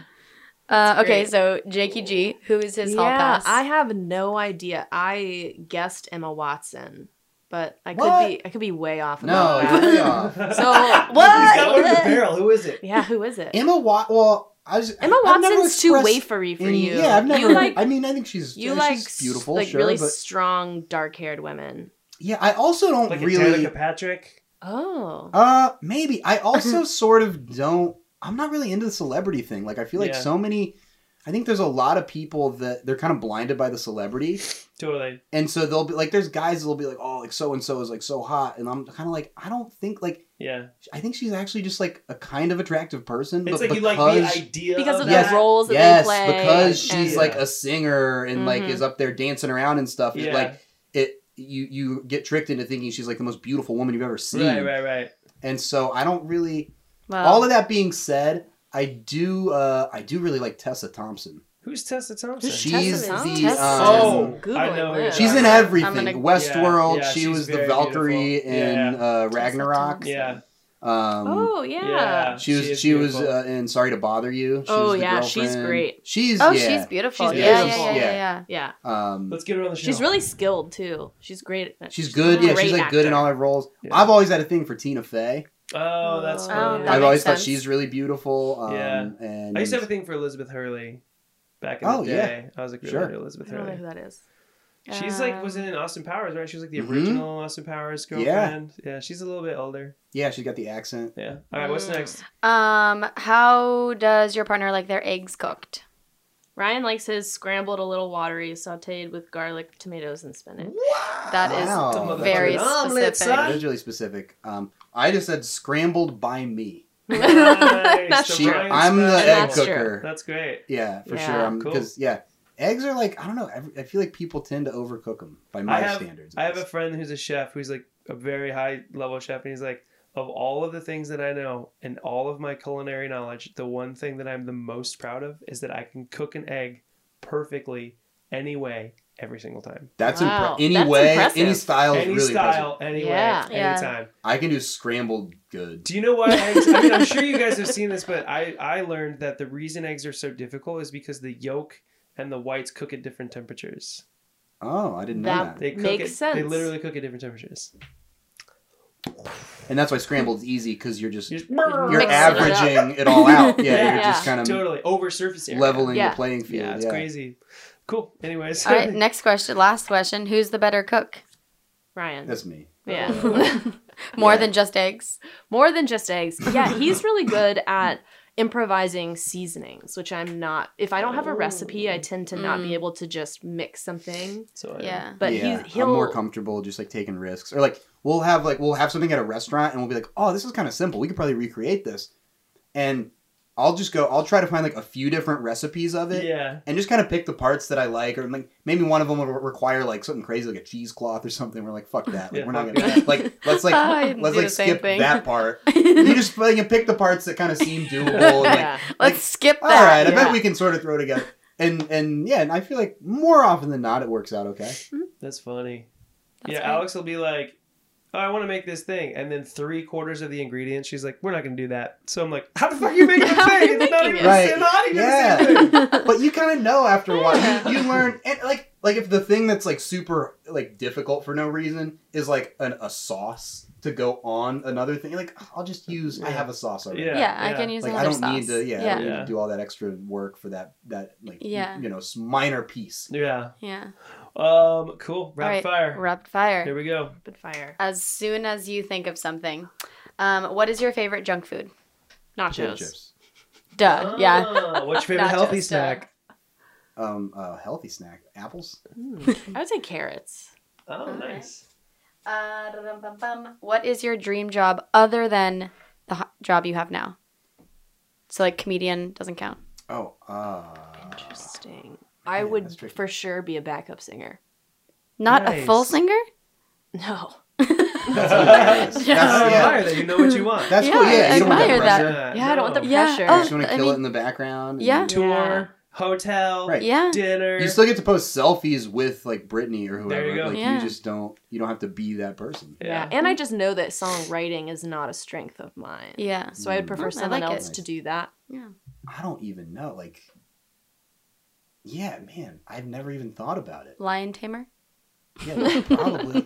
D: uh, okay,
B: great.
D: so Jakey G, who is his
B: yeah,
D: hall pass?
B: I have no idea. I guessed Emma Watson, but I could
C: What?
B: be I could be way off.
C: No,
B: about
C: you're
B: that.
C: way off.
B: So-
A: He's got one in the
D: What?
A: barrel. Who is it?
B: yeah, who is it?
C: Emma Wa- well, I was
B: Emma
C: I've never
B: Watson's too
C: expressed
B: wafery for
C: any-
B: you.
C: Mm, Yeah, I've never.
B: You like
C: I mean, I think she's
B: you
C: she's
B: like
C: beautiful,
B: like
C: sure,
B: really
C: but
B: strong dark haired women.
C: yeah, I also don't
A: Like a
C: really.
A: Danica Patrick.
B: Oh,
C: Uh, maybe. I also sort of don't. I'm not really into the celebrity thing. Like, I feel like
A: Yeah.
C: so many. I think there's a lot of people that they're kind of blinded by the celebrity,
A: Totally.
C: and so they'll be like, there's guys that'll be like, oh, like so and so is like so hot, and I'm kind of like, I don't think like
A: Yeah.
C: I think she's actually just like a kind of attractive person,
A: It's
C: but
A: like
C: because
A: you like the idea
B: because of
C: Yes.
B: the roles that they
C: yes,
B: play.
C: because she's
A: and-
C: like a singer and like
B: Mhm.
C: is up there dancing around and stuff. It,
A: Yeah.
C: like it, you you get tricked into thinking she's like the most beautiful woman you've ever seen,
A: Right, right, right.
C: and so I don't really.
B: Um,
D: Well,
C: All of that being said, I do uh, I do really like Tessa Thompson.
A: Who's Tessa Thompson?
B: Who's
C: She's
B: Tessa
C: the
B: Thompson?
A: Oh,
C: um,
B: Googling
A: I know who
B: this.
C: she's in
A: Yeah.
C: everything.
D: I'm gonna-
C: Westworld.
A: Yeah, yeah,
C: she
A: she's
C: was the
A: very
C: Valkyrie
A: beautiful.
C: in uh,
D: Tessa
C: Ragnarok.
D: Thompson.
A: Yeah.
C: Um,
B: oh yeah.
A: Yeah.
C: she was she,
A: She is
C: was
A: beautiful.
C: uh, in Sorry to Bother You. She
B: Oh,
C: was the
B: yeah, she's
C: girlfriend.
B: great.
C: She's
D: oh,
C: yeah.
D: she's beautiful.
B: She's
D: yeah,
B: beautiful.
D: yeah, yeah,
C: Yeah.
D: yeah, yeah.
B: Yeah.
C: Um,
A: Let's get her on the show.
B: She's really skilled too. She's great. At,
C: she's good. Yeah, she's
B: great
C: like good in
B: actor.
C: all her roles.
A: Yeah.
C: I've always had a thing for Tina Fey.
A: Oh, that's
B: Oh,
A: funny.
D: That
C: I've
D: makes
C: always
D: sense.
C: thought she's really beautiful. Um,
A: Yeah.
C: and
A: I used to have a thing for Elizabeth Hurley back in
C: Oh,
A: the
C: yeah.
A: day. I was like, really
C: Sure.
A: into Elizabeth
B: I don't know who
A: Hurley.
B: that is.
A: She's like, was
D: Um,
A: in Austin Powers, right? She was like the
C: Mhm.
A: original Austin Powers girlfriend. Yeah. she's a little bit older.
C: yeah, she's got the accent.
A: Yeah. All right, what's
B: Mm.
A: next?
D: Um, how does your partner like their eggs cooked?
B: Ryan likes his scrambled a little watery, sauteed with garlic, tomatoes, and spinach.
D: That is
C: Wow.
D: very
A: Motherfucking omelet,
D: specific.
C: That
A: son.
C: is really specific. Um, I just said scrambled by me.
A: Nice, the
C: She,
A: Ryan
C: I'm
A: special.
C: the egg
B: That's true.
C: cooker.
A: That's great.
C: Yeah, for
B: Yeah.
C: sure.
A: Cool.
C: Because yeah, eggs are like I don't know. I, I feel like people tend to overcook them by my
A: I have-
C: standards.
A: I have a friend who's a chef who's like a very high level chef, and he's like, of all of the things that I know and all of my culinary knowledge, the one thing that I'm the most proud of is that I can cook an egg perfectly any way, every single time.
C: that's
B: Wow,
C: impre- any
B: that's
C: way,
B: impressive.
C: any style, is
A: any
C: really impressive.
A: style, any
B: Yeah.
A: way,
D: Yeah.
A: any time.
C: I can do scrambled good.
A: Do you know why eggs? I mean, I'm sure you guys have seen this, but I, I learned that the reason eggs are so difficult is because the yolk and the whites cook at different temperatures.
C: Oh, I didn't know
B: That-
C: that.
A: They cook
B: Makes
A: at, They
B: sense.
A: literally cook at different temperatures.
C: And that's why scrambled's easy because you're just
A: You're just-
B: You're
C: you're
B: Mix it
C: averaging it, all out. Yeah,
A: Yeah.
C: you're just
B: Yeah.
C: kind of
A: totally over surface area.
C: leveling
B: Yeah.
C: the playing field.
A: Yeah,
C: Yeah,
A: it's crazy. Cool. Anyways,
D: All right, next question, last question. Who's the better cook?
B: Ryan.
C: that's me.
B: yeah.
D: More than just eggs.
B: More than just eggs. Yeah, he's really good at improvising seasonings, which I'm not. If I don't have a recipe, I tend to not be able to just mix something.
A: so I-
D: Yeah.
B: But
C: Oh, yeah,
B: he's, he'll.
C: I'm more comfortable just like taking risks or like we'll have like we'll have something at a restaurant and we'll be like, oh, this is kind of simple. We could probably recreate this, and I'll just go. I'll try to find like a few different recipes of it.
A: yeah,
C: And just kind of pick the parts that I like, or like maybe one of them will re- require like something crazy, like a cheesecloth or something. We're like, fuck that, like,
A: Yeah,
C: we're not
A: fuck
C: gonna like let's like
D: I didn't
C: let's
D: do
C: like
D: the same
C: skip
D: thing.
C: that part. You just like you pick the parts that kind of seem doable. And, like,
B: yeah.
D: Let's skip
C: all right,
D: that.
C: I bet
B: yeah.
C: we can sort of throw together. And and yeah, and I feel like more often than not, it works out okay.
A: that's funny.
D: That's
A: yeah,
D: great.
A: Alex will be like, oh, "I want to make this thing," and then three quarters of the ingredients, she's like, "We're not gonna do that." So I'm like, "How the fuck are you making this
B: How are you
A: thing? It's not
B: making
A: even
B: it?"
A: the same- not even the same
C: Yeah.
A: thing."
C: but you kind of know after a while.
B: Yeah.
C: You, you learn, and like, like if the thing that's like super like difficult for no reason is like an, a sauce to go on another thing, you're like "Oh, I'll just use. I have a sauce already.
A: Yeah,
D: yeah, I
A: yeah.
D: can use
C: Like I
D: another
C: don't
D: sauce.
C: need to. Yeah, I
D: yeah,
C: don't need
A: Yeah.
C: to do all that extra work for that. That like,
D: Yeah.
C: you know, s- minor piece.
A: Yeah.
D: yeah.
A: Um. Cool. Rapid
D: right.
A: fire.
D: Rapid fire.
A: Here we go.
B: Rapid fire.
D: As soon as you think of something, um, what is your favorite junk food?
C: Potato
B: Nachos.
C: chips.
B: Uh,
C: Uh,
D: Duh. Yeah.
A: Ah, What's your favorite
D: Nachos,
A: healthy
D: duh.
A: snack?
C: Um, a healthy snack. Apples.
B: Mm. I would say carrots.
A: Oh,
D: All right.
A: nice.
D: Uh, dum, dum, dum. What is your dream job other than the ho- job you have now? So like comedian doesn't count.
C: Oh, uh,
B: Interesting. I
C: yeah,
B: would
C: that's tricky.
B: for sure be a backup singer.
D: Not a full
A: Nice.
D: singer?
B: No.
C: that's hilarious. That's,
A: I
C: yeah,
A: admire that you know what you want.
C: that's cool.
D: Yeah,
C: Yeah,
D: I
C: you don't want that
D: admire that.
C: pressure.
B: Yeah, I don't want the
A: No.
D: Yeah.
B: pressure.
D: Oh,
C: You just want to
D: I
C: kill it
D: mean-
C: in the background. and-
D: Yeah.
A: Tour,
B: Yeah.
A: hotel,
C: Right.
D: Yeah.
A: dinner.
C: You still get to post selfies with like Britney or whoever.
A: There you go.
C: Like
D: Yeah.
C: you just don't. You don't have to be that person.
B: Yeah. And I just know that songwriting is not a strength of mine.
D: Yeah.
B: So I would
C: Mm.
B: prefer
D: Mm, I
B: someone
D: like it.
B: else to do that.
C: I don't even know. Like, yeah, man, I've never even thought about it.
D: Lion tamer?
C: Yeah, like, probably.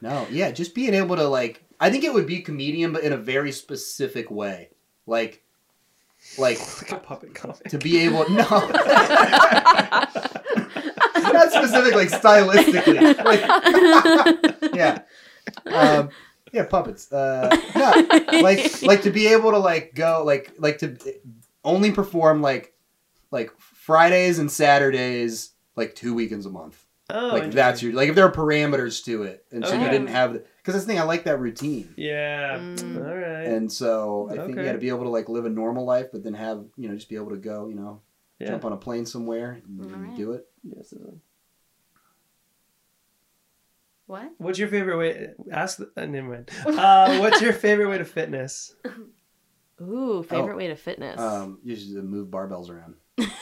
C: No, yeah, just being able to like, I think it would be comedian, but in a very specific way, like, like
A: Like a puppet comic.
C: to be able no, not specific, like stylistically, like, yeah, um, yeah, puppets, uh, no, like like to be able to like go like like to only perform like like Fridays and Saturdays like two weekends a month.
A: Oh,
C: like that's your like if there are parameters to it, and so you
A: Okay.
C: didn't have because that's the thing I like that routine,
A: Yeah.
B: Mm.
A: All right.
C: and so I think you
A: Okay.
C: got to be able to like live a normal life, but then have you know just be able to go you know
A: yeah.
C: jump on a plane somewhere and
D: Alright.
C: do it.
A: Yes, uh,
D: What?
A: What's your favorite way? Ask. The, uh, never mind. Uh, what's your favorite way to fitness?
B: Ooh, favorite way to fitness.
C: Oh, Um, you just move barbells around.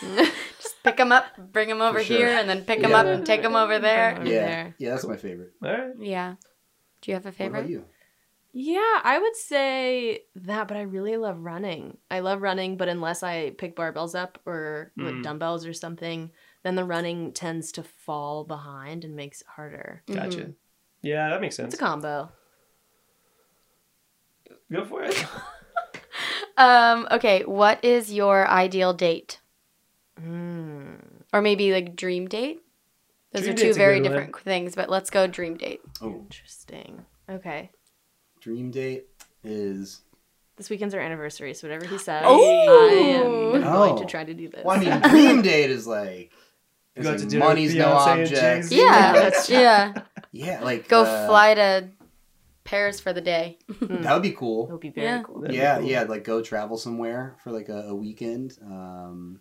D: Just pick them up, bring them over
C: sure.
D: here, and then pick them
C: Yeah.
D: up and take them over there.
B: Over
C: yeah,
B: there.
C: yeah, that's my favorite.
A: All right.
D: Yeah. Do you have a
C: What about
D: favorite?
C: you?
B: yeah, I would say that, but I really love running. I love running, but unless I pick barbells up or like,
A: Mm.
B: dumbbells or something, then the running tends to fall behind and makes it harder.
A: Gotcha.
D: Mhm.
A: Yeah, that makes sense.
B: It's a combo.
A: Go for it.
D: Um, okay, what is your ideal date?
B: Mm.
D: Or maybe like dream date? Those
A: Dream
D: are two
A: date's a
D: very
A: good one.
D: different things, but let's go dream date.
C: Oh,
B: Interesting. Okay.
C: dream date is
B: This weekend's our anniversary, so whatever he says,
D: Oh!
B: I am going to
C: Oh.
B: try to do this.
C: well, I mean, dream date is like. It's
A: Go out
C: like
A: to dinner with
C: money's no
A: Beyonce and
C: object.
A: Jay-Z.
D: Yeah.
B: that's-
D: yeah.
C: Yeah, like
D: Go
C: uh,
D: fly to Paris for the day.
C: That would be cool.
B: It would be Hmm. very
D: Yeah.
B: cool.
A: That'd be
C: yeah
A: cool.
C: yeah like go travel somewhere for like a, a weekend um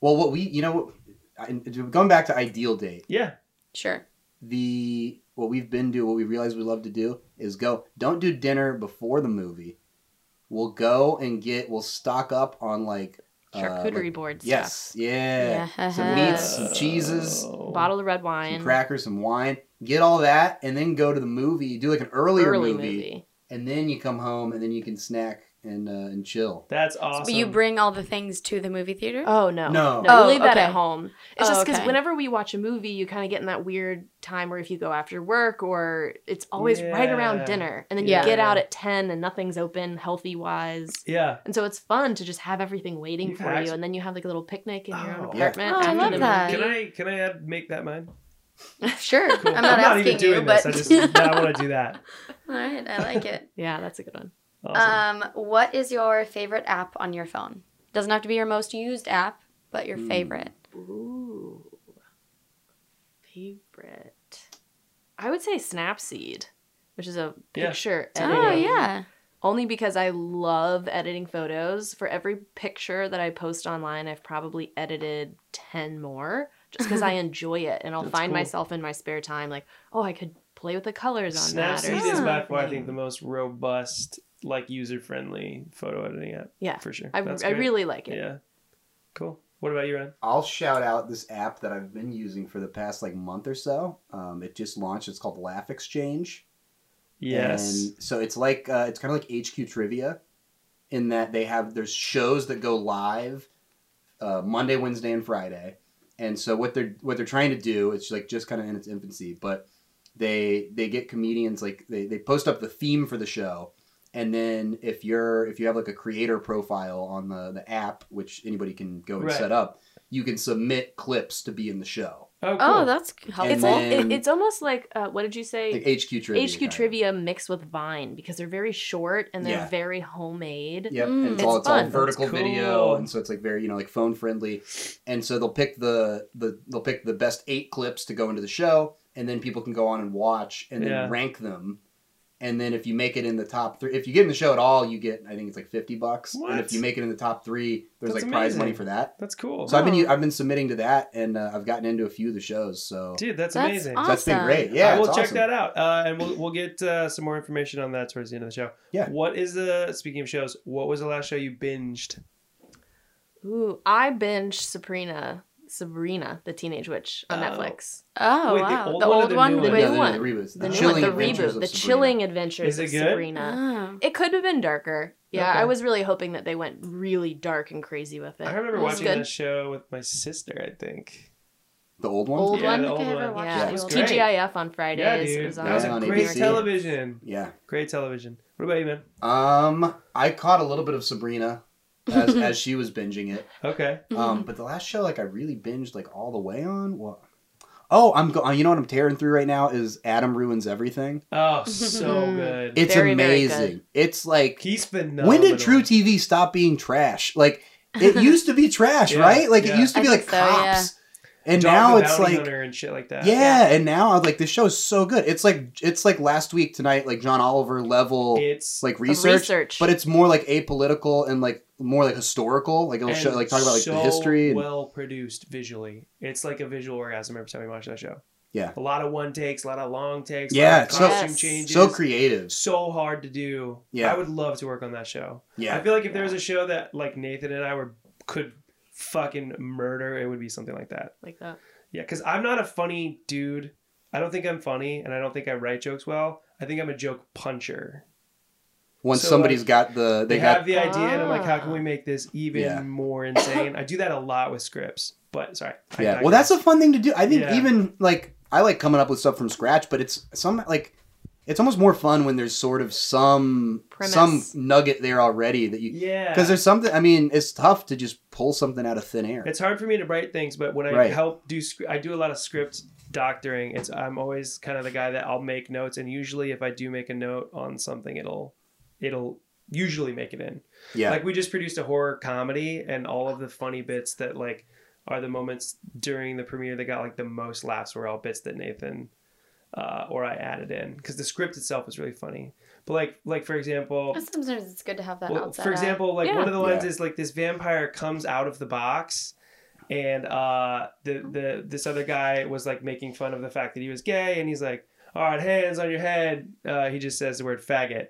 C: well what we you know what- I, going back to ideal date
A: Yeah.
D: Sure.
C: the what we've been doing what we realized we love to do is go don't do dinner before the movie we'll go and get we'll stock up on like uh,
B: Charcuterie
C: like-
B: board stuff.
C: yes yeah some meats
D: Yes.
A: Uh,
C: some cheeses
B: Bottle of red wine.
C: some crackers some wine get all that and then go to the movie do like an earlier
B: early
C: movie,
B: movie.
C: and then you come home and then you can snack and uh, and chill
A: That's awesome.
D: But you bring all the things to the movie theater?
B: Oh no.
C: No.
B: No,
D: Oh,
B: we leave that
D: okay.
B: at home. It's
D: Oh,
B: just because
D: okay.
B: whenever we watch a movie, you kind of get in that weird time where if you go after work or it's always right
A: Yeah.
B: around dinner, and then
D: Yeah.
B: you get out at ten and nothing's open, healthy wise.
A: yeah.
B: And so it's fun to just have everything waiting
A: You
B: for
A: guys-
B: you, and then you have like a little picnic in your own
A: Oh.
C: Yeah.
B: apartment.
D: Oh, I
B: after
D: love
B: the
D: that.
A: Can
B: movie.
A: I can I add, make that mine?
D: Sure.
A: Cool.
D: I'm not asking
A: even doing
D: you,
A: this.
D: but
A: I just now I want to do that.
D: all right, I like it.
B: Yeah, that's a good one.
A: Awesome.
D: Um, what is your favorite app on your phone? Doesn't have to be your most used app, but your
C: Mm.
D: favorite.
B: Ooh, favorite. I would say Snapseed, which is a
A: Yeah.
B: picture.
D: Oh
B: editing-
D: yeah.
B: Only because I love editing photos. For every picture that I post online, I've probably edited 10 more just because I enjoy it. And I'll
C: That's
B: find
C: cool.
B: myself in my spare time like, oh, I could play with the colors on that. or
A: Snapseed is by far, I
B: something.
A: think, the most robust, like user-friendly photo editing app.
B: Yeah.
A: for sure.
B: I,
A: That's
B: I
A: great.
B: really like it.
A: Yeah. Cool. What about you, Ryan?
C: I'll shout out this app that I've been using for the past like month or so. Um, it just launched. It's called Laugh Exchange.
A: Yes.
C: And so it's like uh, it's kind of like HQ Trivia, in that they have there's shows that go live uh, Monday, Wednesday, and Friday. And so what they're what they're trying to do it's like just kind of in its infancy, but they they get comedians like they, they post up the theme for the show and then if you're if you have like a creator profile on the the app which anybody can go and
A: Right.
C: set up you can submit clips to be in the show
A: Oh, cool.
D: Oh, that's
C: And
B: It's,
D: helpful.
B: al-
C: then-
B: it- it's almost like, uh, what did you say?
C: like hq trivia
B: HQ
C: kinda.
B: trivia mixed with Vine because they're very short and they're
C: Yeah.
B: very homemade.
C: Yep,
D: Mm.
C: and
B: It's
C: it's, all it's
B: fun.
C: all
B: That's
C: vertical
A: cool.
C: video, and so it's like very you know like phone friendly, and so they'll pick the the they'll pick the best eight clips to go into the show, and then people can go on and watch and then
A: Yeah.
C: rank them, And then if you make it in the top three, if you get in the show at all, you get I think it's like fifty bucks. And if
A: What?
C: you make it in the top three, there's
A: That's
C: like prize
A: amazing.
C: money for that.
A: That's cool.
C: So I've been
B: Oh.
C: u- I've been submitting to that, and uh, I've gotten into a few of the shows. So
A: Dude, that's,
D: That's
A: amazing.
D: awesome.
C: so that's been great. Yeah,
A: we'll
C: it's
A: check
C: awesome.
A: that out, uh, and we'll we'll get uh, some more information on that towards the end of the show.
C: Yeah.
A: What is the speaking of shows? What was the last show you binged?
B: Ooh, I binge Sabrina, Sabrina, the Teenage Witch on
A: Oh.
B: Netflix.
D: Oh
A: Wait, the
D: wow,
A: old
D: the
A: one or
D: old
A: the
D: one,
A: new
D: the
A: one?
D: new
C: Yeah,
B: new
D: one.
C: the, the reboots, the,
B: The, new one,
C: chilling
B: the reboot,
C: adventures of
B: the
C: Sabrina.
B: chilling adventures
A: Is it
B: of
A: good?
B: Sabrina.
D: Oh.
B: It could have been darker. Yeah,
A: Okay.
B: I was really hoping that they went really dark and crazy with it.
A: I remember
B: It was
A: watching
B: good.
A: that show with my sister. I think.
C: the old one.
B: Old
A: Yeah,
B: one?
A: the
D: I think
A: old
D: I ever
A: one.
D: watched
B: Yeah,
A: It was great.
B: TGIF on Fridays.
A: Yeah, dude,
B: It was on
C: That was a
B: on
C: great
B: ABC.
C: tele-
A: television.
C: Yeah.
A: Great television. What about you, man?
C: Um, I caught a little bit of Sabrina as as she was binging it.
A: Okay.
D: Mm-hmm.
C: Um, but the last show like I really binged like all the way on. What? Oh, I'm go- you know what I'm tearing through right now is Adam ruins everything.
A: Oh, so good.
C: It's
B: Very, very
C: amazing. It's like
A: He's phenomenal.
C: when did True TV stop being trash? Like it used to be trash,
A: Yeah,
C: right? Like it
A: yeah.
C: used to
D: I
C: be like
D: think so, yeah.
C: cops, and
A: Dog
C: now
A: the
C: it's
A: Bounty
C: like
A: Hunter and shit like that.
C: yeah, and now I'm like this show is so good. It's like it's like last week tonight, like John Oliver level
A: It's
C: like
B: Of
C: research,
B: research.
C: but it's more like apolitical and like more like historical. Like it'll
A: and
C: show like talk about like
A: so
C: the history. And,
A: Well produced visually. It's like a visual orgasm every time we watch that show.
C: Yeah.
A: A lot of one takes, a lot of long takes.
C: Yeah,
A: Yeah.
C: it's
B: so-
A: costume
B: Yes.
A: changes.
C: so creative.
A: So hard to do.
C: Yeah.
A: I would love to work on that show.
C: Yeah,
A: I feel like if there was a show that like Nathan and I were could fucking murder, it would be something like that.
B: like that.
A: Yeah, because I'm not a funny dude. I don't think I'm funny, and I don't think I write jokes well. I think I'm a joke puncher.
C: once
A: so,
C: somebody's
A: like,
C: got the
A: They,
C: they got
A: have the idea, and I'm like, how can
B: Ah.
A: we make this even
C: Yeah.
A: more insane? I do that a lot with scripts, but sorry. I
C: yeah. Well, that's a
A: digress.
C: fun thing to do. I think
A: Yeah.
C: even like I like coming up with stuff from scratch, but it's some like it's almost more fun when there's sort of some
B: Premise.
C: some nugget there already that you
A: yeah.
C: because there's something. I mean, it's tough to just pull something out of thin air.
A: It's hard for me to write things, but when I
C: Right.
A: help do, sc- I do a lot of script doctoring. It's I'm always kind of the guy that I'll make notes, and usually if I do make a note on something, it'll it'll usually make it in.
C: yeah,
A: Like we just produced a horror comedy, and all of the funny bits that like are the moments during the premiere that got like the most laughs were all bits that Nathan uh, or I added in because the script itself was really funny. But like like for example,
D: Sometimes it's good to have that
A: well,
D: outside.
A: for
D: eye.
A: example, like
B: Yeah.
A: one of the
C: Yeah.
A: ones is like this vampire comes out of the box, and uh, the the this other guy was like making fun of the fact that he was gay, and he's like, "All right, hands on your head." Uh, he just says the word faggot,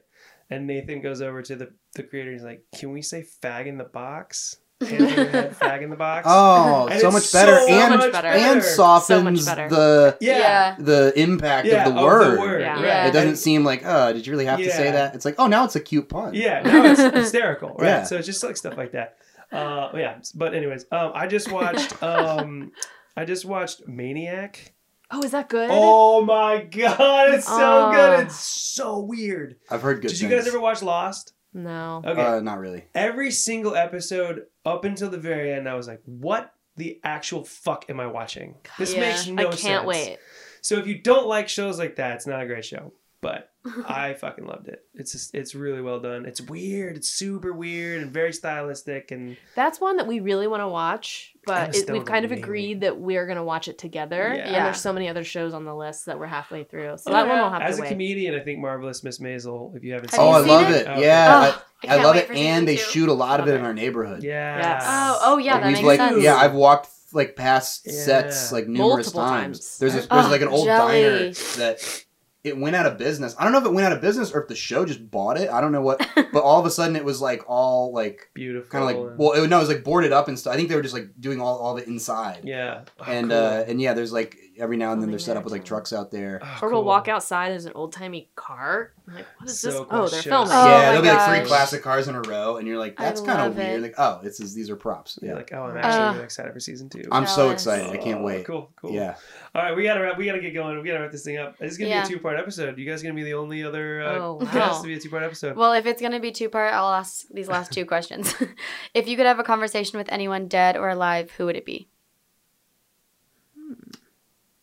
A: and Nathan goes over to the the creator. And he's like, "Can we say fag in the box? Hands on your head, fag in the box."
C: oh,
A: And
C: so
A: it's
C: much better
A: so
C: and
A: much
B: better.
C: and
B: So much
C: softens
B: better.
C: the
A: yeah,
D: Yeah.
C: the impact
A: yeah,
C: of the word.
B: Yeah.
A: right.
D: Yeah.
C: It doesn't
A: And-
C: seem like oh, did you really have to say
A: Yeah.
C: that? It's like oh, now it's a cute pun.
A: Yeah, now it's hysterical, right?
C: Yeah.
A: So it's just like stuff like that. Uh, yeah, but anyways, um, I just watched um, I just watched Maniac.
B: Oh, is that good?
A: Oh my god, it's so
B: Oh.
A: good. It's so weird.
C: I've heard good.
A: Did you
C: things.
A: guys ever watch Lost?
B: No.
A: Okay.
C: Uh, not really.
A: Every single episode up until the very end, I was like, what the actual fuck am I watching? This
D: Yeah.
A: makes no
B: I
A: sense.
B: can't wait.
A: So if you don't like shows like that, it's not a great show. But
D: Oh,
A: I fucking loved it. It's just, it's really well done. It's weird. It's super weird and very stylistic and
B: That's one that we really want to watch, but
A: It's
B: it, we've
A: still
B: kind of
A: amazing.
B: agreed that we're going to watch it together.
A: Yeah.
B: And
D: Yeah.
B: there's so many other shows on the list that we're halfway through. So
A: Oh,
B: that one
D: yeah.
B: will have
A: as a
B: to wait.
A: comedian, I think Marvelous Miss Maisel. If you haven't,
D: Have
A: seen
C: oh,
D: you
C: I
D: seen
C: love
D: it?
C: it.
A: Okay.
C: Yeah,
D: Oh,
C: Uh, I, I
D: can't
C: love
D: wait
C: it,
D: for
C: and
D: season
C: they
D: two.
C: shoot a lot of
B: Love
C: it
B: it.
C: in our neighborhood.
A: Yeah.
B: Yes.
D: Oh, oh yeah,
C: Like,
D: that
C: we've,
D: makes
C: like,
D: sense.
C: Yeah, I've walked like past sets
A: Yeah.
C: like numerous
B: Multiple
C: times.
B: times.
C: There's a,
A: Oh,
C: there's like an old
D: jelly.
C: diner that it went out of business. I don't know if it went out of business or if the show just bought it. I don't know what, but all of a sudden it was like all like
A: beautiful.
C: kind of like
A: and-
C: well, it, no, it was like boarded up and stuff. I think they were just like doing all all of it inside.
A: yeah, Oh,
C: And
A: cool.
C: uh, and yeah, there's like every now and then
B: Oh,
C: they're
B: they
C: set
B: are
C: up with like
B: cool.
C: trucks out there.
A: Oh,
B: Or we'll
A: cool.
B: walk outside as an old timey car. I'm like, what is
A: So
B: this?
A: cool
B: Oh, they're
A: shows.
B: filming.
D: Oh
C: yeah,
D: my
C: there'll be like three
D: gosh.
C: classic cars in a row, and you're like,
D: I
C: that's kind
D: love
C: of weird.
D: it.
C: Like, oh, it's these are props.
A: You're
C: Yeah,
A: like, oh, I'm actually
D: Uh,
A: really excited for season two.
C: I'm so
D: jealous.
C: excited. I can't
A: Oh,
C: wait.
A: Cool, cool.
C: Yeah,
A: All right, we gotta wrap. We gotta get going. We gotta wrap this thing up. This is gonna
D: Yeah.
A: be a two part episode. You guys are gonna be the only other uh,
B: Oh,
A: guest
B: wow.
A: to be a two part episode.
D: Well, if it's gonna be two part, I'll ask these last two questions. if you could have a conversation with anyone dead or alive, who would it be?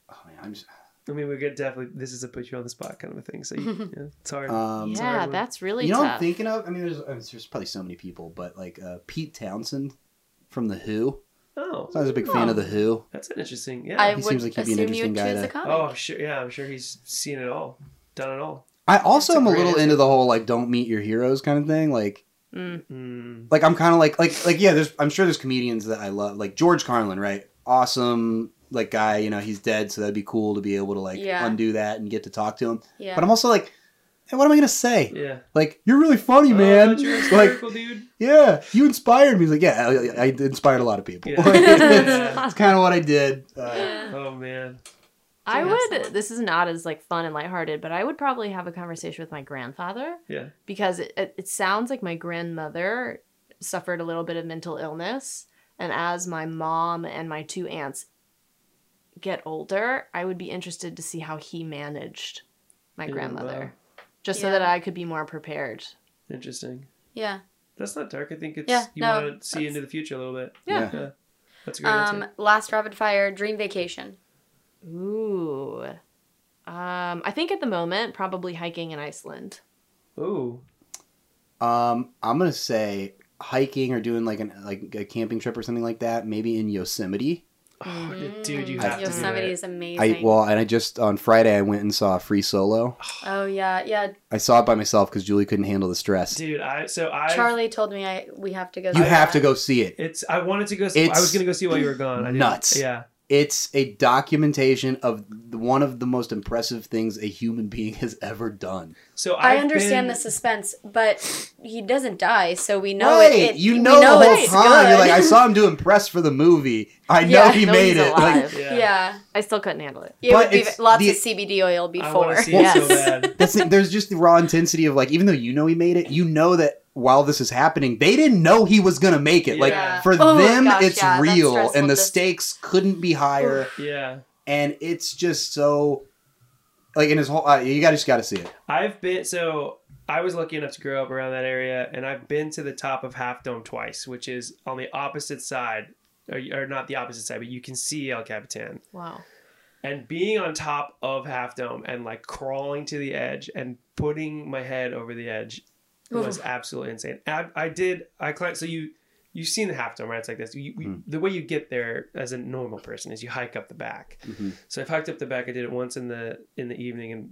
C: oh man, I'm just,
A: I mean, we could definitely. This is a put you on the spot kind of a thing. So you, yeah, it's hard.
C: um,
A: It's a
B: yeah,
A: hard one.
B: that's really
C: you know, what I'm
B: tough.
C: thinking of. I mean, there's I mean, there's probably so many people, but like uh, Pete Townsend from the Who.
A: oh,
C: So I was a big fan of the Who.
A: that's an interesting.
D: I
A: Yeah.
C: He
D: would
C: seems like he'd be an
D: assume you
C: interesting
D: would choose
C: guy to-
D: a comic.
A: oh, I'm sure. Yeah, I'm sure he's seen it all, done it all.
C: I also
D: That's a
C: am a
D: great
C: little
D: answer.
C: into the whole like don't meet your heroes kind of thing. Like
B: Mm.
A: Mm.
C: like I'm kind of like like like yeah. There's I'm sure there's comedians that I love like George Carlin, right? Awesome like guy. You know he's dead, so that'd be cool to be able to like
D: Yeah.
C: undo that and get to talk to him.
A: Oh.
D: Yeah.
C: But I'm also like, hey, what am I gonna say?
A: Yeah.
C: Like you're really funny,
A: Oh,
C: man.
A: but you're
C: like
A: hysterical, dude.
C: yeah, you inspired me. He's like yeah, I, I inspired a lot of people.
A: Yeah.
C: That's kind of what I did. Uh,
A: Oh man.
B: I
D: have
B: would.
D: someone.
B: This is not as like fun and lighthearted, but I would probably have a conversation with my grandfather
A: Yeah.
B: because it, it, it sounds like my grandmother suffered a little bit of mental illness, and as my mom and my two aunts get older, I would be interested to see how he managed my
A: Yeah,
B: grandmother, just so
D: Yeah.
B: that I could be more prepared.
A: Interesting.
D: yeah.
A: That's not dark. I think it's
D: Yeah,
A: you
D: no,
A: want to see
D: that's-
A: into the future a little bit.
C: Yeah.
A: That's a great
D: Um,
A: answer.
D: last rapid fire dream vacation.
B: Ooh. Um, I think at the moment, probably hiking in Iceland.
A: Ooh.
C: Um, I'm gonna say hiking or doing like an like a camping trip or something like that. Maybe in Yosemite.
A: Oh, dude, you
D: Mm,
A: have
D: Yosemite
A: to
D: is amazing.
C: I well, and I just on Friday I went and saw Free Solo.
D: oh yeah, yeah.
C: I saw it by myself because Julie couldn't handle the stress.
A: do it. Dude, I so I
D: Charlie told me I we have to go.
C: you
D: see
C: have to
D: that.
C: go see it.
A: It's I wanted to go. See, I
C: It's
A: was gonna go see while you were gone. I didn't-
C: nuts.
A: Yeah.
C: It's a documentation of the- one of the most impressive things a human being has ever done.
A: So
D: I
A: I've
D: understand
A: been-
D: the suspense, but he doesn't die, so we know
C: right?
D: it, it-
C: you
D: we
C: know, the whole
D: it's
C: time. You're
D: good.
C: like, I saw him doing press for the movie. I know
D: Yeah, I
C: he
B: know
C: made
B: he's
C: it. Like,
B: alive.
A: Yeah.
D: yeah.
B: I still couldn't handle it.
D: It
C: But
D: would be
C: it's
D: lots
C: the-
D: of CBD oil
A: I want
D: before.
A: to see it so
B: Yes.
A: bad.
C: That's the, there's just the raw intensity of like, even though you know he made it, you know that while this is happening, they didn't know he was gonna make it.
A: Yeah.
C: Like for
D: Oh my
C: them,
D: gosh,
C: it's
D: yeah, that's
C: real,
D: stressful
C: and the
D: just-
C: stakes couldn't be higher.
A: Yeah.
C: and it's just so, like in his whole, uh, you gotta just gotta see it.
A: I've been so I was lucky enough to grow up around that area, and I've been to the top of Half Dome twice, which is on the opposite side, or, or not the opposite side, but you can see El Capitan.
B: Wow.
A: And being on top of Half Dome and like crawling to the edge and putting my head over the edge was absolutely insane. And I, I did I climbed so you you've seen the Half Dome right? It's like this. You, you-
C: Hmm.
A: The way you get there as a normal person is you hike up the back.
C: Mhm.
A: So I've hiked up the back. I did it once in the in the evening, and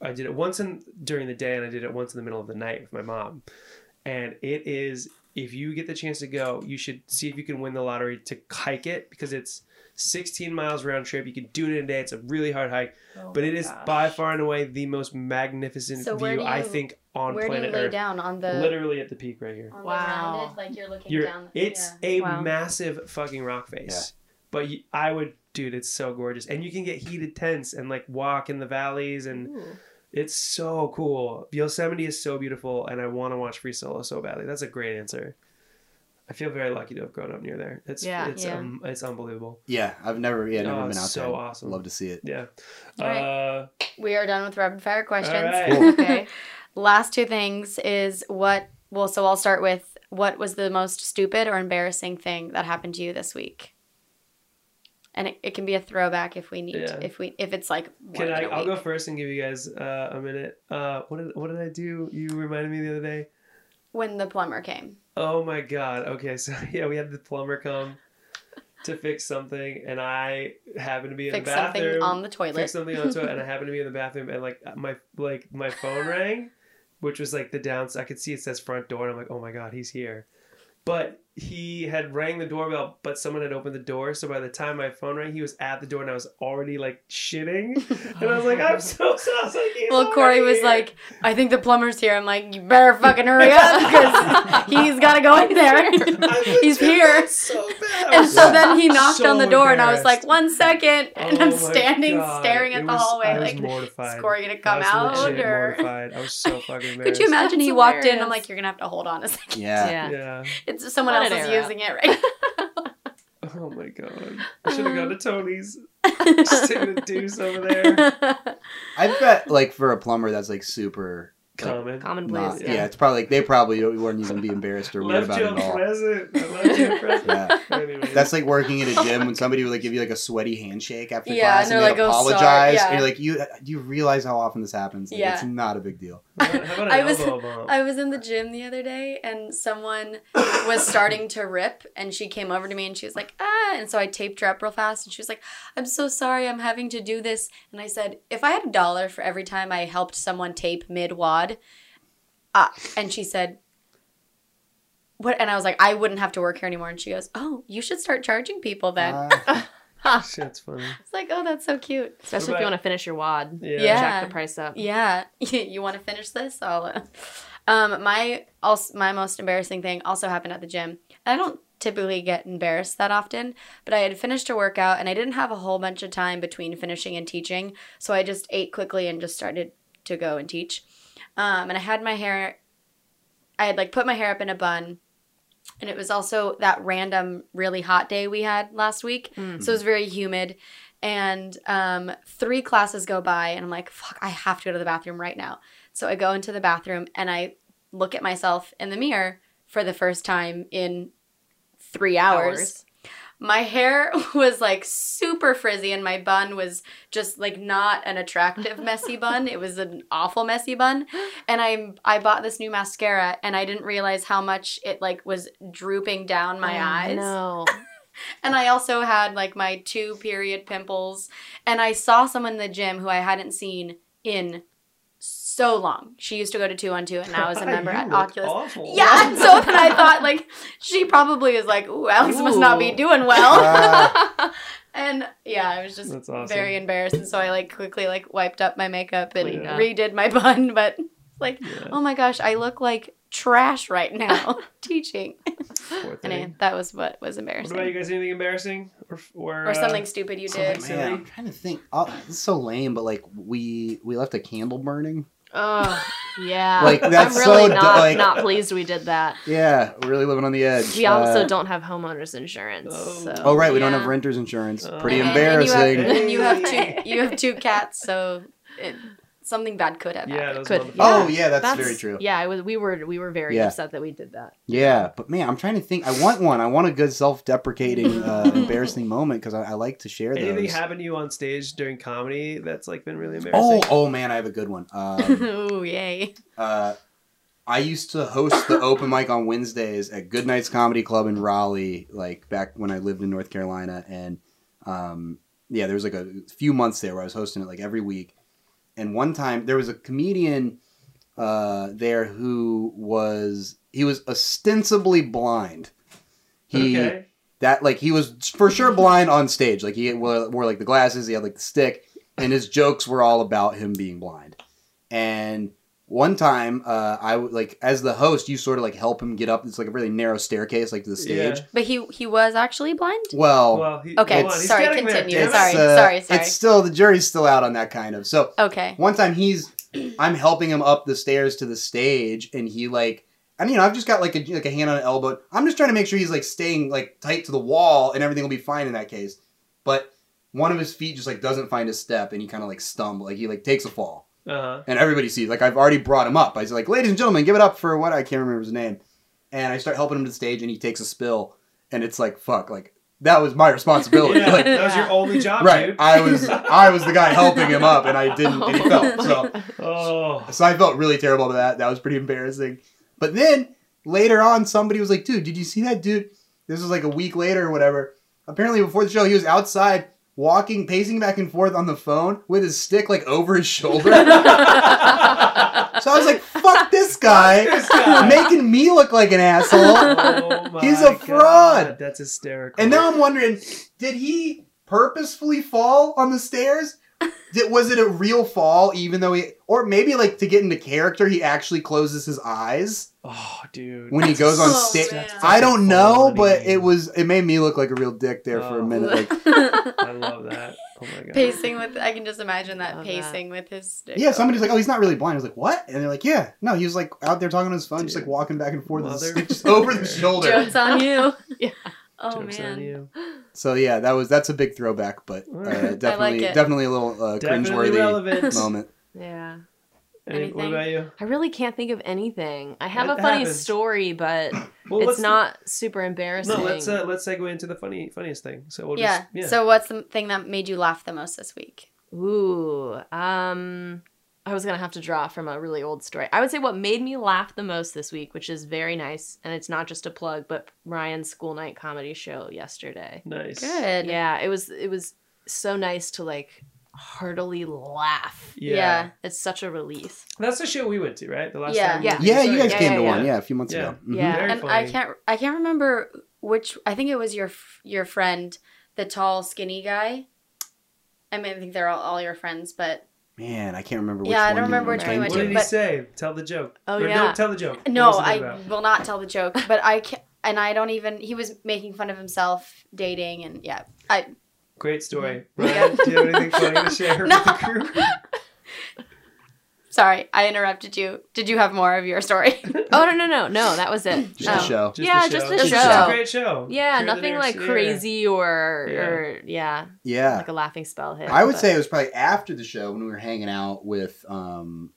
A: I did it once in during the day, and I did it once in the middle of the night with my mom. And it is if you get the chance to go, you should see if you can win the lottery to hike it because it's 16 miles round trip. You can do it in a day. It's a really hard hike,
B: Oh
A: but it is by far and away the most magnificent
D: Oh So where
A: view
D: do
A: I
D: you-
A: think on
D: Where do you
A: planet
D: lay
A: Earth.
D: down on the
A: Literally at the peak right here.
D: on the
B: Wow.
D: rounded? Like you're looking
A: You're,
D: down.
A: it's
D: yeah.
A: a
B: Wow.
A: massive fucking rock face. But you, I would, dude, it's so gorgeous, and you can get heated tents and like walk in the valleys, and
B: Ooh.
A: it's so cool. Yosemite is so beautiful, and I want to watch Free Solo so badly. That's a great answer. I feel very lucky to have grown up near there. It's
B: Yeah.
A: it's
D: Yeah.
A: Um, it's unbelievable.
C: Yeah, I've never, yeah, never
A: Oh,
C: been
A: it's
C: out
A: so
C: there.
A: awesome.
C: Love to see it.
A: Yeah.
D: All right.
A: Uh,
D: we are done with rapid fire questions.
A: right.
C: Cool.
B: Okay.
D: Last two things is what well, so I'll start with what was the most stupid or embarrassing thing that happened to you this week? And it, it can be a throwback if we need
A: Yeah.
D: if we if it's like more
A: can
D: than
A: I?
D: a
A: I'll go
D: week.
A: first and give you guys uh, a minute. Uh, what did what did I do? You reminded me the other day.
D: when the plumber came.
A: Oh my god. Okay, so yeah, we had the plumber come to fix something, and I happened to be in
D: Fix
A: the
D: something
A: bathroom.
D: on the toilet.
A: fix something onto it, and I happened to be in the bathroom, and like my like my phone rang, which was like the downs. I could see it says front door, and I'm like, oh my god, he's here. But he had rang the doorbell, but someone had opened the door. So by the time my phone rang, he was at the door, and I was already like shitting, and I was like, I'm so sorry. I was like, "He's
D: Well, Corey
A: already
D: was
A: here."
D: like, I think the plumber's here. I'm like, you better fucking hurry up because he's got to go in there.
A: I legit
D: he's here.
A: felt So bad. I
D: and
A: was
D: so
A: like-
D: then he knocked
A: so
D: on the door and I was like,
A: embarrassed.
D: one second. And
A: Oh
D: I'm
A: my
D: standing,
A: God.
D: staring
A: It
D: at the
A: was- I
D: hallway
A: was
D: like,
A: mortified.
D: is Corey going to
A: I
D: come
A: was
D: out?
A: legit
D: Or...
A: mortified. I was so fucking
D: Could
A: embarrassed.
D: you imagine he
B: That's
D: walked in? I'm
B: hilarious.
D: like, you're going to have to hold on a second.
C: Yeah.
B: Yeah.
A: Yeah.
D: It's someone
B: What
D: else
B: an
D: is
B: era.
D: using it right
A: Oh my god. I should have gone
D: Uh.
A: to Tony's. Just
D: now.
A: taking a deuce over there.
C: I bet, like for a plumber, that's like super
A: Common.
B: Commonplace.
C: not-
B: yeah.
C: yeah. it's probably like they probably wouldn't even be embarrassed or weird
A: Left
C: about it
A: you
C: at
A: a
C: all.
A: present. I left you a present.
C: Yeah.
A: Anyway.
C: That's like working at a gym when somebody would like give you like a sweaty handshake after
D: Yeah,
C: class
D: and
C: and,
D: they're
C: they
D: like, "Oh, sorry,"
C: apologize.
D: yeah.
C: And you're like, you uh, do you realize how often this happens? Like,
D: Yeah.
C: it's not a big deal.
A: How about an
D: I was-
A: elbow bump?
D: I was in the gym the other day and someone was starting to rip and she came over to me and she was like, ah. And so I taped her up real fast and she was like, I'm so sorry I'm having to do this. And I said, if I had a dollar for every time I helped someone tape mid wad. Uh, and she said, what? And I was like, I wouldn't have to work here anymore. And she goes, oh, you should start charging people then. I
C: Uh,
A: Shit's funny.
D: was like, oh, that's so cute.
B: Especially if
A: Right.
B: you want to finish your wad.
A: Yeah.
D: Yeah.
B: Jack the price up.
D: Yeah, you want to finish this? I'll. uh, Um, my also my most embarrassing thing also happened at the gym. I don't typically get embarrassed that often, but I had finished a workout and I didn't have a whole bunch of time between finishing and teaching, so I just ate quickly and just started to go and teach. Um, and I had my hair. I had like put my hair up in a bun. And it was also that random, really hot day we had last week.
B: Mm.
D: So it was very humid. And um, three classes go by, and I'm like, fuck, I have to go to the bathroom right now. So I go into the bathroom and I look at myself in the mirror for the first time in three hours. My hair was like super frizzy, and my bun was just like not an attractive messy bun. It was an awful messy bun, and I I bought this new mascara, and I didn't realize how much it like was drooping down my
B: Oh,
D: eyes.
B: No.
D: And I also had like my two period pimples. And I saw someone in the gym who I hadn't seen in so long. She used to go to two on two, and I was a member
A: You
D: at
A: look
D: Oculus.
A: Awful.
D: Yeah, and so then I thought like she probably is like, ooh, Alex must not be
B: Ooh.
D: doing well. and yeah, I was just
A: That's awesome.
D: very embarrassed, and so I like quickly like wiped up my makeup and
B: Cleaned up.
D: redid my bun. But like,
A: Yeah,
D: oh my gosh, I look like trash right now teaching.
A: poor thing.
D: Anyway, that was what was
A: What
D: embarrassing.
A: about you guys? Anything embarrassing or or,
D: or something
A: Uh,
D: stupid you
A: something
D: did.
A: stupid.
C: man, I'm trying to think. Oh, this is so lame, but like we we left a candle burning.
B: Oh, yeah.
C: Like, that's
B: I'm really
C: so
B: not,
C: du- like-
B: not pleased we did that.
C: Yeah, we're really living on the edge.
B: We also
C: Uh,
B: don't have homeowners insurance.
A: Oh.
B: So.
C: Oh right, we don't
D: Yeah.
C: have renters insurance.
A: Oh.
C: Pretty
A: And-
C: embarrassing.
D: And you have, and you have two. You have two cats, so it, something bad could have
A: yeah,
D: happened.
A: those
B: Could-
A: motherfuckers.
C: oh yeah, that's, very true.
B: Yeah, I was, we were we were very
C: Yeah.
B: upset that we did that.
C: Yeah, but man, I'm trying to think. I want one. I want a good self-deprecating, uh, embarrassing moment because I, I like to share
A: Anything
C: those.
A: happen to you on stage during comedy that's like been really
C: Oh,
A: embarrassing?
C: oh man, I have a good one. Um,
D: oh yay!
C: uh, I used to host the open mic on Wednesdays at Good Nights Comedy Club in Raleigh, like back when I lived in North Carolina, and um, yeah, there was like a few months there where I was hosting it like every week. And one time there was a comedian uh, there who was he was ostensibly blind. He
A: okay.
C: that like he was for sure blind on stage. Like he wore, wore like the glasses, he had like the stick, and his jokes were all about him being blind. And one time, uh, I would like as the host, you sort of like help him get up. It's like a really narrow staircase, like to the stage.
A: Yeah.
D: But he he was actually blind.
C: Well,
A: Well, he,
D: Okay,
A: hold on, he's
D: sorry,
A: getting there,
D: continue,
A: damn
C: it's,
A: it.
D: sorry.
C: uh,
D: sorry.
C: It's still the jury's still out on that kind of. So
D: Okay.
C: one time he's I'm helping him up the stairs to the stage and he like and you know I've just got like a like a hand on an elbow. I'm just trying to make sure he's like staying like tight to the wall and everything will be fine in that case. But one of his feet just like doesn't find his step and he kind of like stumbles like he like takes a fall.
A: Uh-huh.
C: And everybody sees like I've already brought him up. I was like, "Ladies and gentlemen, give it up for what I can't remember his name." And I start helping him to the stage and he takes a spill and it's like, "Fuck, like that was my responsibility."
A: Yeah,
C: Like,
A: that was your only job,
C: right.
A: dude.
C: I was I was the guy helping him up and I didn't and he fell. So
A: Oh,
C: so I felt really terrible about that. That was pretty embarrassing. But then later on, somebody was like, dude, did you see that dude? This was like a week later or whatever. Apparently, before the show, he was outside walking, pacing back and forth on the phone with his stick like over his shoulder. so I was like, fuck this guy,
A: this guy.
C: making me look like an asshole.
A: Oh my
C: He's a
A: God,
C: fraud.
A: That's hysterical.
C: And now I'm wondering, did he purposefully fall on the stairs? Did, was it a real fall, even though he, or maybe like to get into character, he actually closes his eyes?
A: oh, dude.
C: when he goes on
D: Oh,
C: stage.
D: man.
C: I don't
A: Fucking
C: know,
A: funny.
C: but it was it made me look like a real dick there for a
A: Oh.
C: minute. Like,
A: I love that. Oh my god.
D: pacing with I can just imagine that
B: Love that.
D: pacing with his stick.
C: yeah, somebody's like, "Oh, he's not really blind." I was like, "What?" And they're like, "Yeah, no, he was like out there talking on his phone, just like
A: Dude.
C: walking back and forth, with his
A: Mother-
C: stick just over the shoulder."
D: Jokes on you.
B: Yeah.
D: Oh
A: Jokes
D: man.
A: on you.
C: So yeah, that was that's a big throwback, but uh,
A: Alright. I
C: definitely
D: like it.
C: definitely a little uh,
A: Definitely
C: cringeworthy
A: relevant.
C: moment.
B: Yeah.
A: Any, what
D: Anything?
A: about you?
B: I really can't think of anything. I have
A: That
B: a funny
A: happens.
B: story, but
A: Well,
B: it's
A: let's-
B: not super embarrassing.
A: No, let's uh, let's segue into the funny funniest thing. So we'll
D: yeah.
A: just yeah.
D: So what's the thing that made you laugh the most this week?
B: Ooh, um, I was gonna have to draw from a really old story. I would say what made me laugh the most this week, which is very nice, and it's not just a plug, but Ryan's school night comedy show yesterday.
A: nice.
D: Good.
B: Yeah, it was it was so nice to like heartily laugh.
A: Yeah.
D: Yeah.
B: It's such a release.
A: That's the show we went to, right? The last
D: Yeah.
A: time.
B: Yeah.
C: Yeah, you guys
B: yeah,
C: came
B: yeah,
C: to
B: yeah.
C: one, yeah, a few months
A: Yeah.
C: ago. Mhm.
B: Yeah.
A: Very
D: and I
A: funny.
D: can't I can't remember which I think it was your f- your friend, the tall skinny guy. I mean, I think they're all, all your friends, but
C: Man, I can't remember which
D: Yeah, I
C: one.
D: don't
C: you
D: remember which one we
A: What
D: went
C: to,
A: did he
D: but-
A: say? Tell the joke.
B: Oh,
A: Or
B: yeah.
A: Don't tell the joke.
D: no,
A: What was it
D: I
A: about?
D: will not tell the joke. But I can and I don't even. He was making fun of himself dating, and yeah, I
A: Great story.
D: Yeah.
A: Ryan, do you have anything funny to share
D: No.
A: with the group?
D: sorry I interrupted you. Did you have more of your story?
B: Oh no no no no, that was it.
C: just
B: No.
C: a show.
A: Just
B: Yeah,
A: a
B: just
A: show.
B: a
A: Just
B: show.
A: a great show.
B: Yeah,
A: Cheer the
B: nothing
A: nurse,
B: like
A: yeah.
B: crazy or
A: Yeah.
B: or yeah,
C: Yeah.
B: like a laughing spell hit.
C: I would
B: but-
C: say it was probably after the show when we were hanging out with um,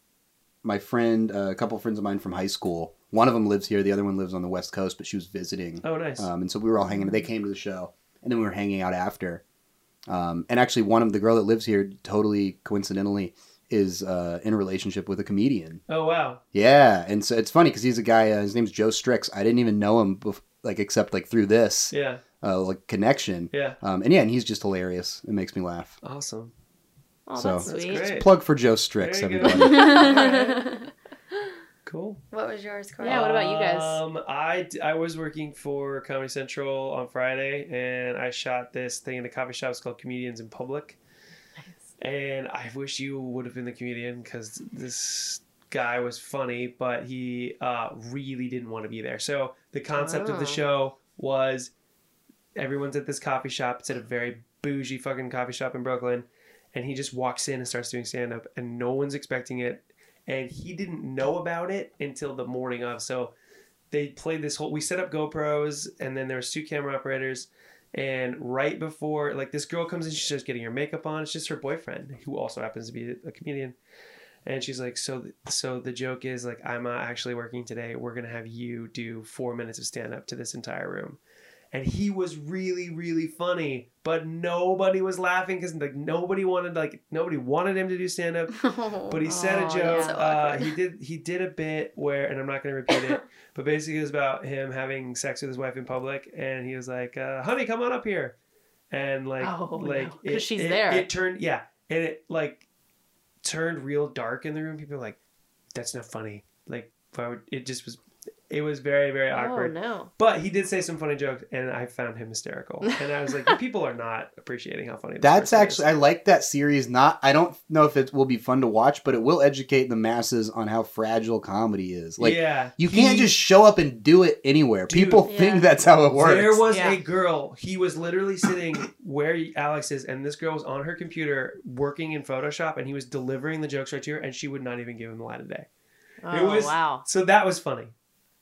C: my friend, uh, a couple of friends of mine from high school. One of them lives here, the other one lives on the West Coast, but she was visiting.
A: Oh, nice.
C: Um, and so we were all hanging They came to the show, and then we were hanging out after. Um, and actually, one of the girl that lives here, totally coincidentally, is uh, in a relationship with a comedian.
A: oh, wow.
C: Yeah, and so it's funny because he's a guy. Uh, his name's Joe Strix. I didn't even know him, bef- like except like through this
A: Yeah.
C: uh, like connection.
A: Yeah.
C: Um, and yeah, and he's just hilarious. It makes me laugh.
A: Awesome.
B: Oh,
C: So-
B: that's
A: That's
B: sweet.
A: great.
C: Plug for Joe Strix,
A: There you go.
C: everybody.
D: what
A: Cool.
D: was yours, Corey?
B: Yeah, what about you guys?
A: Um, I, d- I was working for Comedy Central on Friday, and I shot this thing in a coffee shop. It's called Comedians in Public. And I wish you would have been the comedian because this guy was funny, but he uh, really didn't want to be there. So the concept of
B: Oh.
A: the show was everyone's at this coffee shop. It's at a very bougie fucking coffee shop in Brooklyn. And he just walks in and starts doing stand up, and no one's expecting it. And he didn't know about it until the morning of. So they played this whole. We set up GoPros, and then there was two camera operators. And right before, like this girl comes in, she starts getting her makeup on. It's just her boyfriend, who also happens to be a comedian. And she's like, so, so the joke is like, I'm not actually working today. We're gonna have you do four minutes of stand up to this entire room. And he was really, really funny, but nobody was laughing because like nobody wanted, like nobody wanted him to do stand up but he said a
B: Aw,
A: joke.
B: yeah. So
A: uh,
D: awkward.
A: he did he did a bit where, and I'm not going to repeat it, but basically it was about him having sex with his wife in public, and he was like, uh, "Honey, come on up here," and like
B: Oh,
A: like
B: no. 'Cause
A: it-
B: she's
A: it-
B: there.
A: It turned yeah, and it like turned real dark in the room. People were like, "That's not funny." Like why would, it just was. It was very very
B: oh
A: awkward.
B: no.
A: But he did say some funny jokes, and I found him hysterical. And I was like, "You people are not appreciating how funny." This
C: That's
A: person is."
C: actually I like that series. Not I don't know if it will be fun to watch, but it will educate the masses on how fragile comedy is. Like
A: yeah.
C: you can't
A: He-
C: just show up and do it anywhere.
A: Dude.
C: People
D: Yeah.
C: think that's how it works.
A: There was
B: Yeah.
A: a girl. He was literally sitting where Alex is, and this girl was on her computer working in Photoshop, and he was delivering the jokes right to her, and she would not even give him the light of day.
B: Oh
A: was-
B: wow.
A: So that was funny.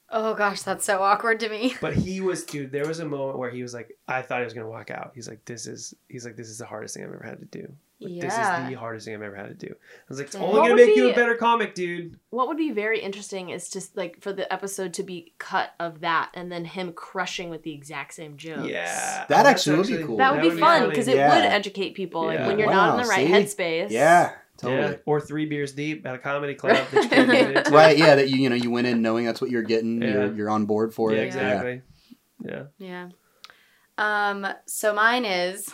D: Oh gosh, that's so awkward to me.
A: But he was, dude. There was a moment where he was like, I thought he was gonna walk out. He's like, this is. He's like, this is the hardest thing I've ever had to do. Like, This
D: Yeah.
A: is the hardest thing I've ever had to do. I was like, it's
D: Dang.
A: only
B: What
A: gonna
B: would
A: make you
B: be-
A: a better comic, dude.
B: What would be very interesting is just like for the episode to be cut of that and then him crushing with the exact same jokes.
A: Yeah.
C: That
A: That's
C: actually would be cool.
B: That would be fun
A: funny.
B: because it
C: Yeah.
B: would educate people like
A: Yeah.
B: when you're not in the
C: Wow,
B: right
C: see?
B: headspace.
C: yeah,
A: Yeah.
C: totally.
A: Or three beers deep at a comedy club. That you can't get into.
C: right, yeah, that you you know you went in knowing that's what you're getting.
A: Yeah.
C: You're you're on board for
A: Yeah,
C: it.
A: exactly. yeah.
D: Yeah. Um, so mine is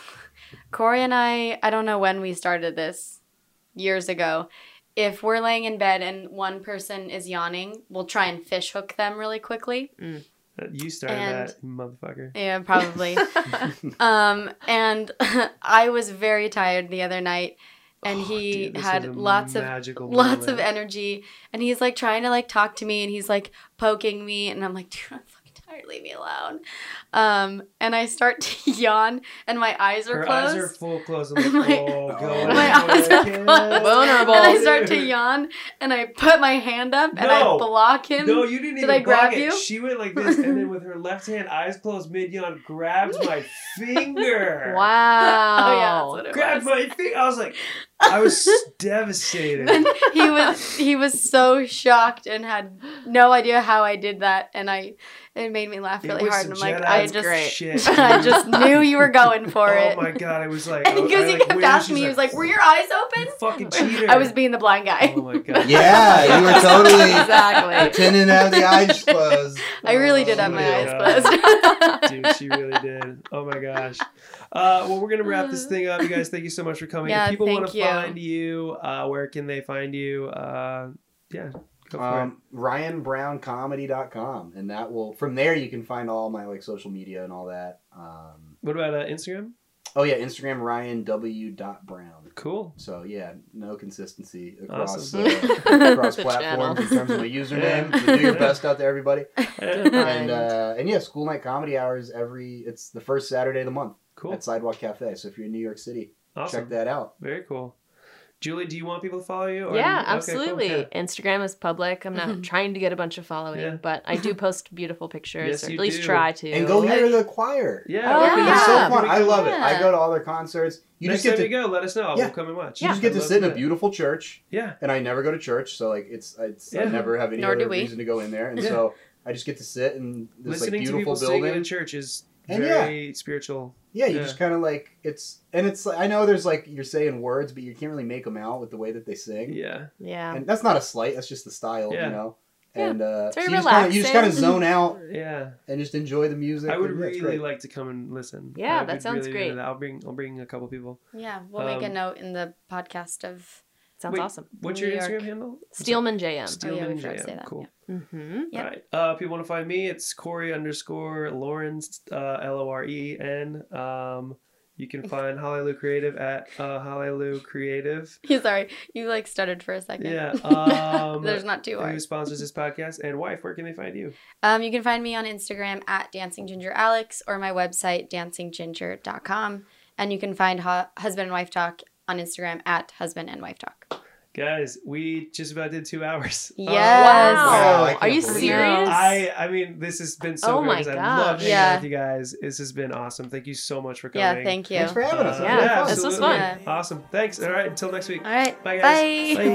D: Corey and I, I don't know when we started this years ago. If we're laying in bed and one person is yawning, we'll try and fish hook them really quickly.
A: Uh, You started
D: And-
A: that, motherfucker.
D: Yeah, probably.
A: Oh,
D: um, and I was very tired the other night and
A: Oh,
D: he
A: dude, this was a
D: had lots of
A: magical
D: lots of
A: moment.
D: energy and he's like trying to like talk to me and he's like poking me and i'm like dude i'm fucking tired leave me alone um and i start to yawn and my eyes are
A: Her
D: closed
A: eyes are full closed. I'm like,
D: My-
A: oh, go
C: my
A: away,
D: eyes are
A: kid."
D: closed.
B: Vulnerable.
D: and i start to yawn and i put my hand up and i
A: No.
D: block him
A: No, you didn't
D: Did
A: even
D: I grab
A: block it.
D: you?
A: She went like this, and then with her left hand, eyes closed, mid yawn, grabbed my finger.
B: Wow.
D: oh yeah that's what it
A: Grabbed
D: was
A: my finger. I was like, I was devastated.
D: and he was he was so shocked and had no idea how I did that, and I it made me laugh
A: It
D: really
A: was
D: hard.
A: some
D: And I'm like,
A: Jedi
D: I
B: That's
D: just
B: great.
A: Shit.
D: I just knew you were going for
A: oh
D: it.
A: my god, I was like,
D: And
A: I- I,
D: because he
A: like,
D: kept
A: winced.
D: asking me, he was like, "Were your eyes
A: "You
D: open?"
A: fucking cheater.
D: I was being the blind guy.
A: Oh my god.
C: Yeah, you were totally
B: exactly.
C: pretending to have the eyes closed.
D: I really did have my
A: Yeah.
D: eyes closed.
A: Dude, she really did. Oh my gosh. Uh, well, we're gonna wrap this thing up, you guys. Thank you so much for coming.
D: Yeah,
A: if people
D: thank
A: want to
D: you.
A: find you, uh, where can they find you? Uh, yeah, go for
C: Um, RyanBrownComedy.com, and that will from there you can find all my like social media and all that. Um,
A: it. What about uh, Instagram?
C: oh yeah, Instagram Ryan W. dot Brown.
A: Cool.
C: So yeah, no consistency across
A: Awesome.
C: uh, across platforms in terms of a username.
A: Yeah.
C: So do your best out there, everybody.
B: Right.
C: And uh, and yeah, school night comedy hours every it's the first Saturday of the month
A: cool.
C: at Sidewalk Cafe. So if you're in New York City,
A: Awesome.
C: check that out.
A: Very cool. Julie, do you want people to follow you? or-
B: Yeah,
A: okay, cool,
B: absolutely.
A: yeah.
B: Instagram is public. I'm not Mm-hmm. trying to get a bunch of following,
A: Yeah.
B: but I do post beautiful pictures,
A: Yes,
B: or
A: you
B: at least
A: do.
B: try to.
C: And go hear the choir.
A: Yeah.
B: Oh,
A: we can
C: It's
A: do
C: so
A: that.
B: Yeah.
C: fun.
A: We
C: I
A: can-
C: love it. I
D: Yeah.
C: go to all their concerts. You
A: Next
C: just get
A: time
C: to
A: you
C: you
A: go, let us know.
C: Yeah.
A: We'll come and watch.
B: You
C: just get
A: I'd
C: to
A: love
C: sit in
A: do
C: a
A: that.
C: beautiful church.
A: Yeah.
C: and I never go to church, so like it's, it's I
A: Yeah.
C: never have any
D: Nor do
C: other
D: we.
C: reason to go in there, and
A: Yeah.
C: so I just get to sit in this
A: Listening
C: like
A: to people
C: beautiful
A: singing in
C: building.
A: church is
C: And
A: very spiritual.
C: Yeah, you
A: Yeah.
C: just kind of like it's and it's like I know there's like you're saying words, but you can't really make them out with the way that they sing,
A: Yeah.
B: yeah.
C: and that's not a slight. That's just the style,
A: Yeah.
C: you know.
B: Yeah.
C: And uh,
B: It's very
C: so you, just kinda, you just kind of
B: relaxing.
C: zone out
A: Yeah.
C: and just enjoy the music.
A: I would
C: and yeah, it's
A: really
C: great.
A: like to come and listen.
B: Yeah,
A: I
B: that
A: would
B: sounds
A: really do
B: great.
A: that. I'll bring I'll bring a couple people.
D: yeah, we'll make a
A: Um,
D: note in the podcast of
B: Sounds
A: Wait,
B: awesome.
A: What's your
D: New York.
A: Instagram handle?
B: Steelman JM.
A: Steelman
D: yeah, we forgot to
A: JM.
D: say that,
A: Cool.
D: yeah.
B: Mm-hmm.
D: Yep.
A: All right. Uh, if you want to find me, it's Corey underscore Lauren, uh, L O R E N. Um, you can find Hallelujah Creative at uh, Hallelujah Creative.
D: sorry, you like stuttered for a second.
A: Yeah. Um,
D: There's not too
A: who
D: hard.
A: sponsors this podcast? And wife, where can they find you?
D: Um, you can find me on Instagram at dancinggingeralex or my website dancingginger.com, and you can find hu- husband and wife talk on Instagram at husband and wife talk.
A: Guys, we just about did two hours. Uh,
D: Yes.
C: Wow, Oh, I
B: Wow.
C: can't
B: Are you
C: believe it.
B: serious?
A: I I mean, this has been so
B: Oh
A: good
B: my
A: 'cause I
B: gosh.
A: love hanging out
D: Yeah.
A: with you guys. This has been awesome. Thank you so much for coming.
D: Yeah, thank you.
C: Thanks for having us.
A: Uh,
B: Yeah,
A: yeah,
B: this was
A: absolutely.
D: fun.
A: Awesome. Thanks. All right. Until next week.
D: All right,
A: Bye, guys. Bye.
E: Too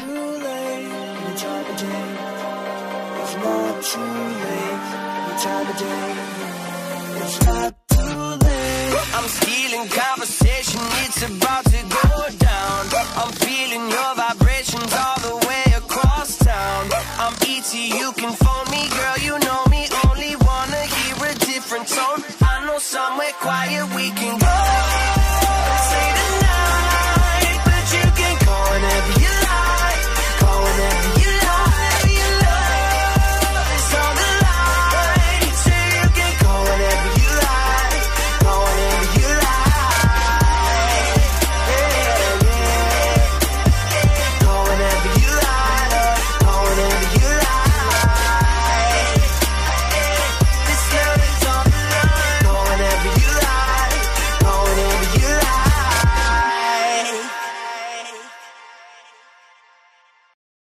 E: late, you tried to dream. It's not too late, you tried to dream. It's not too late.
F: I'm stealing conversation, it's about to go down. I'm feeling your vibrations all the way across town. I'm easy, you can phone me, girl, you know me. Only wanna hear a different tone. I know somewhere quiet we can go.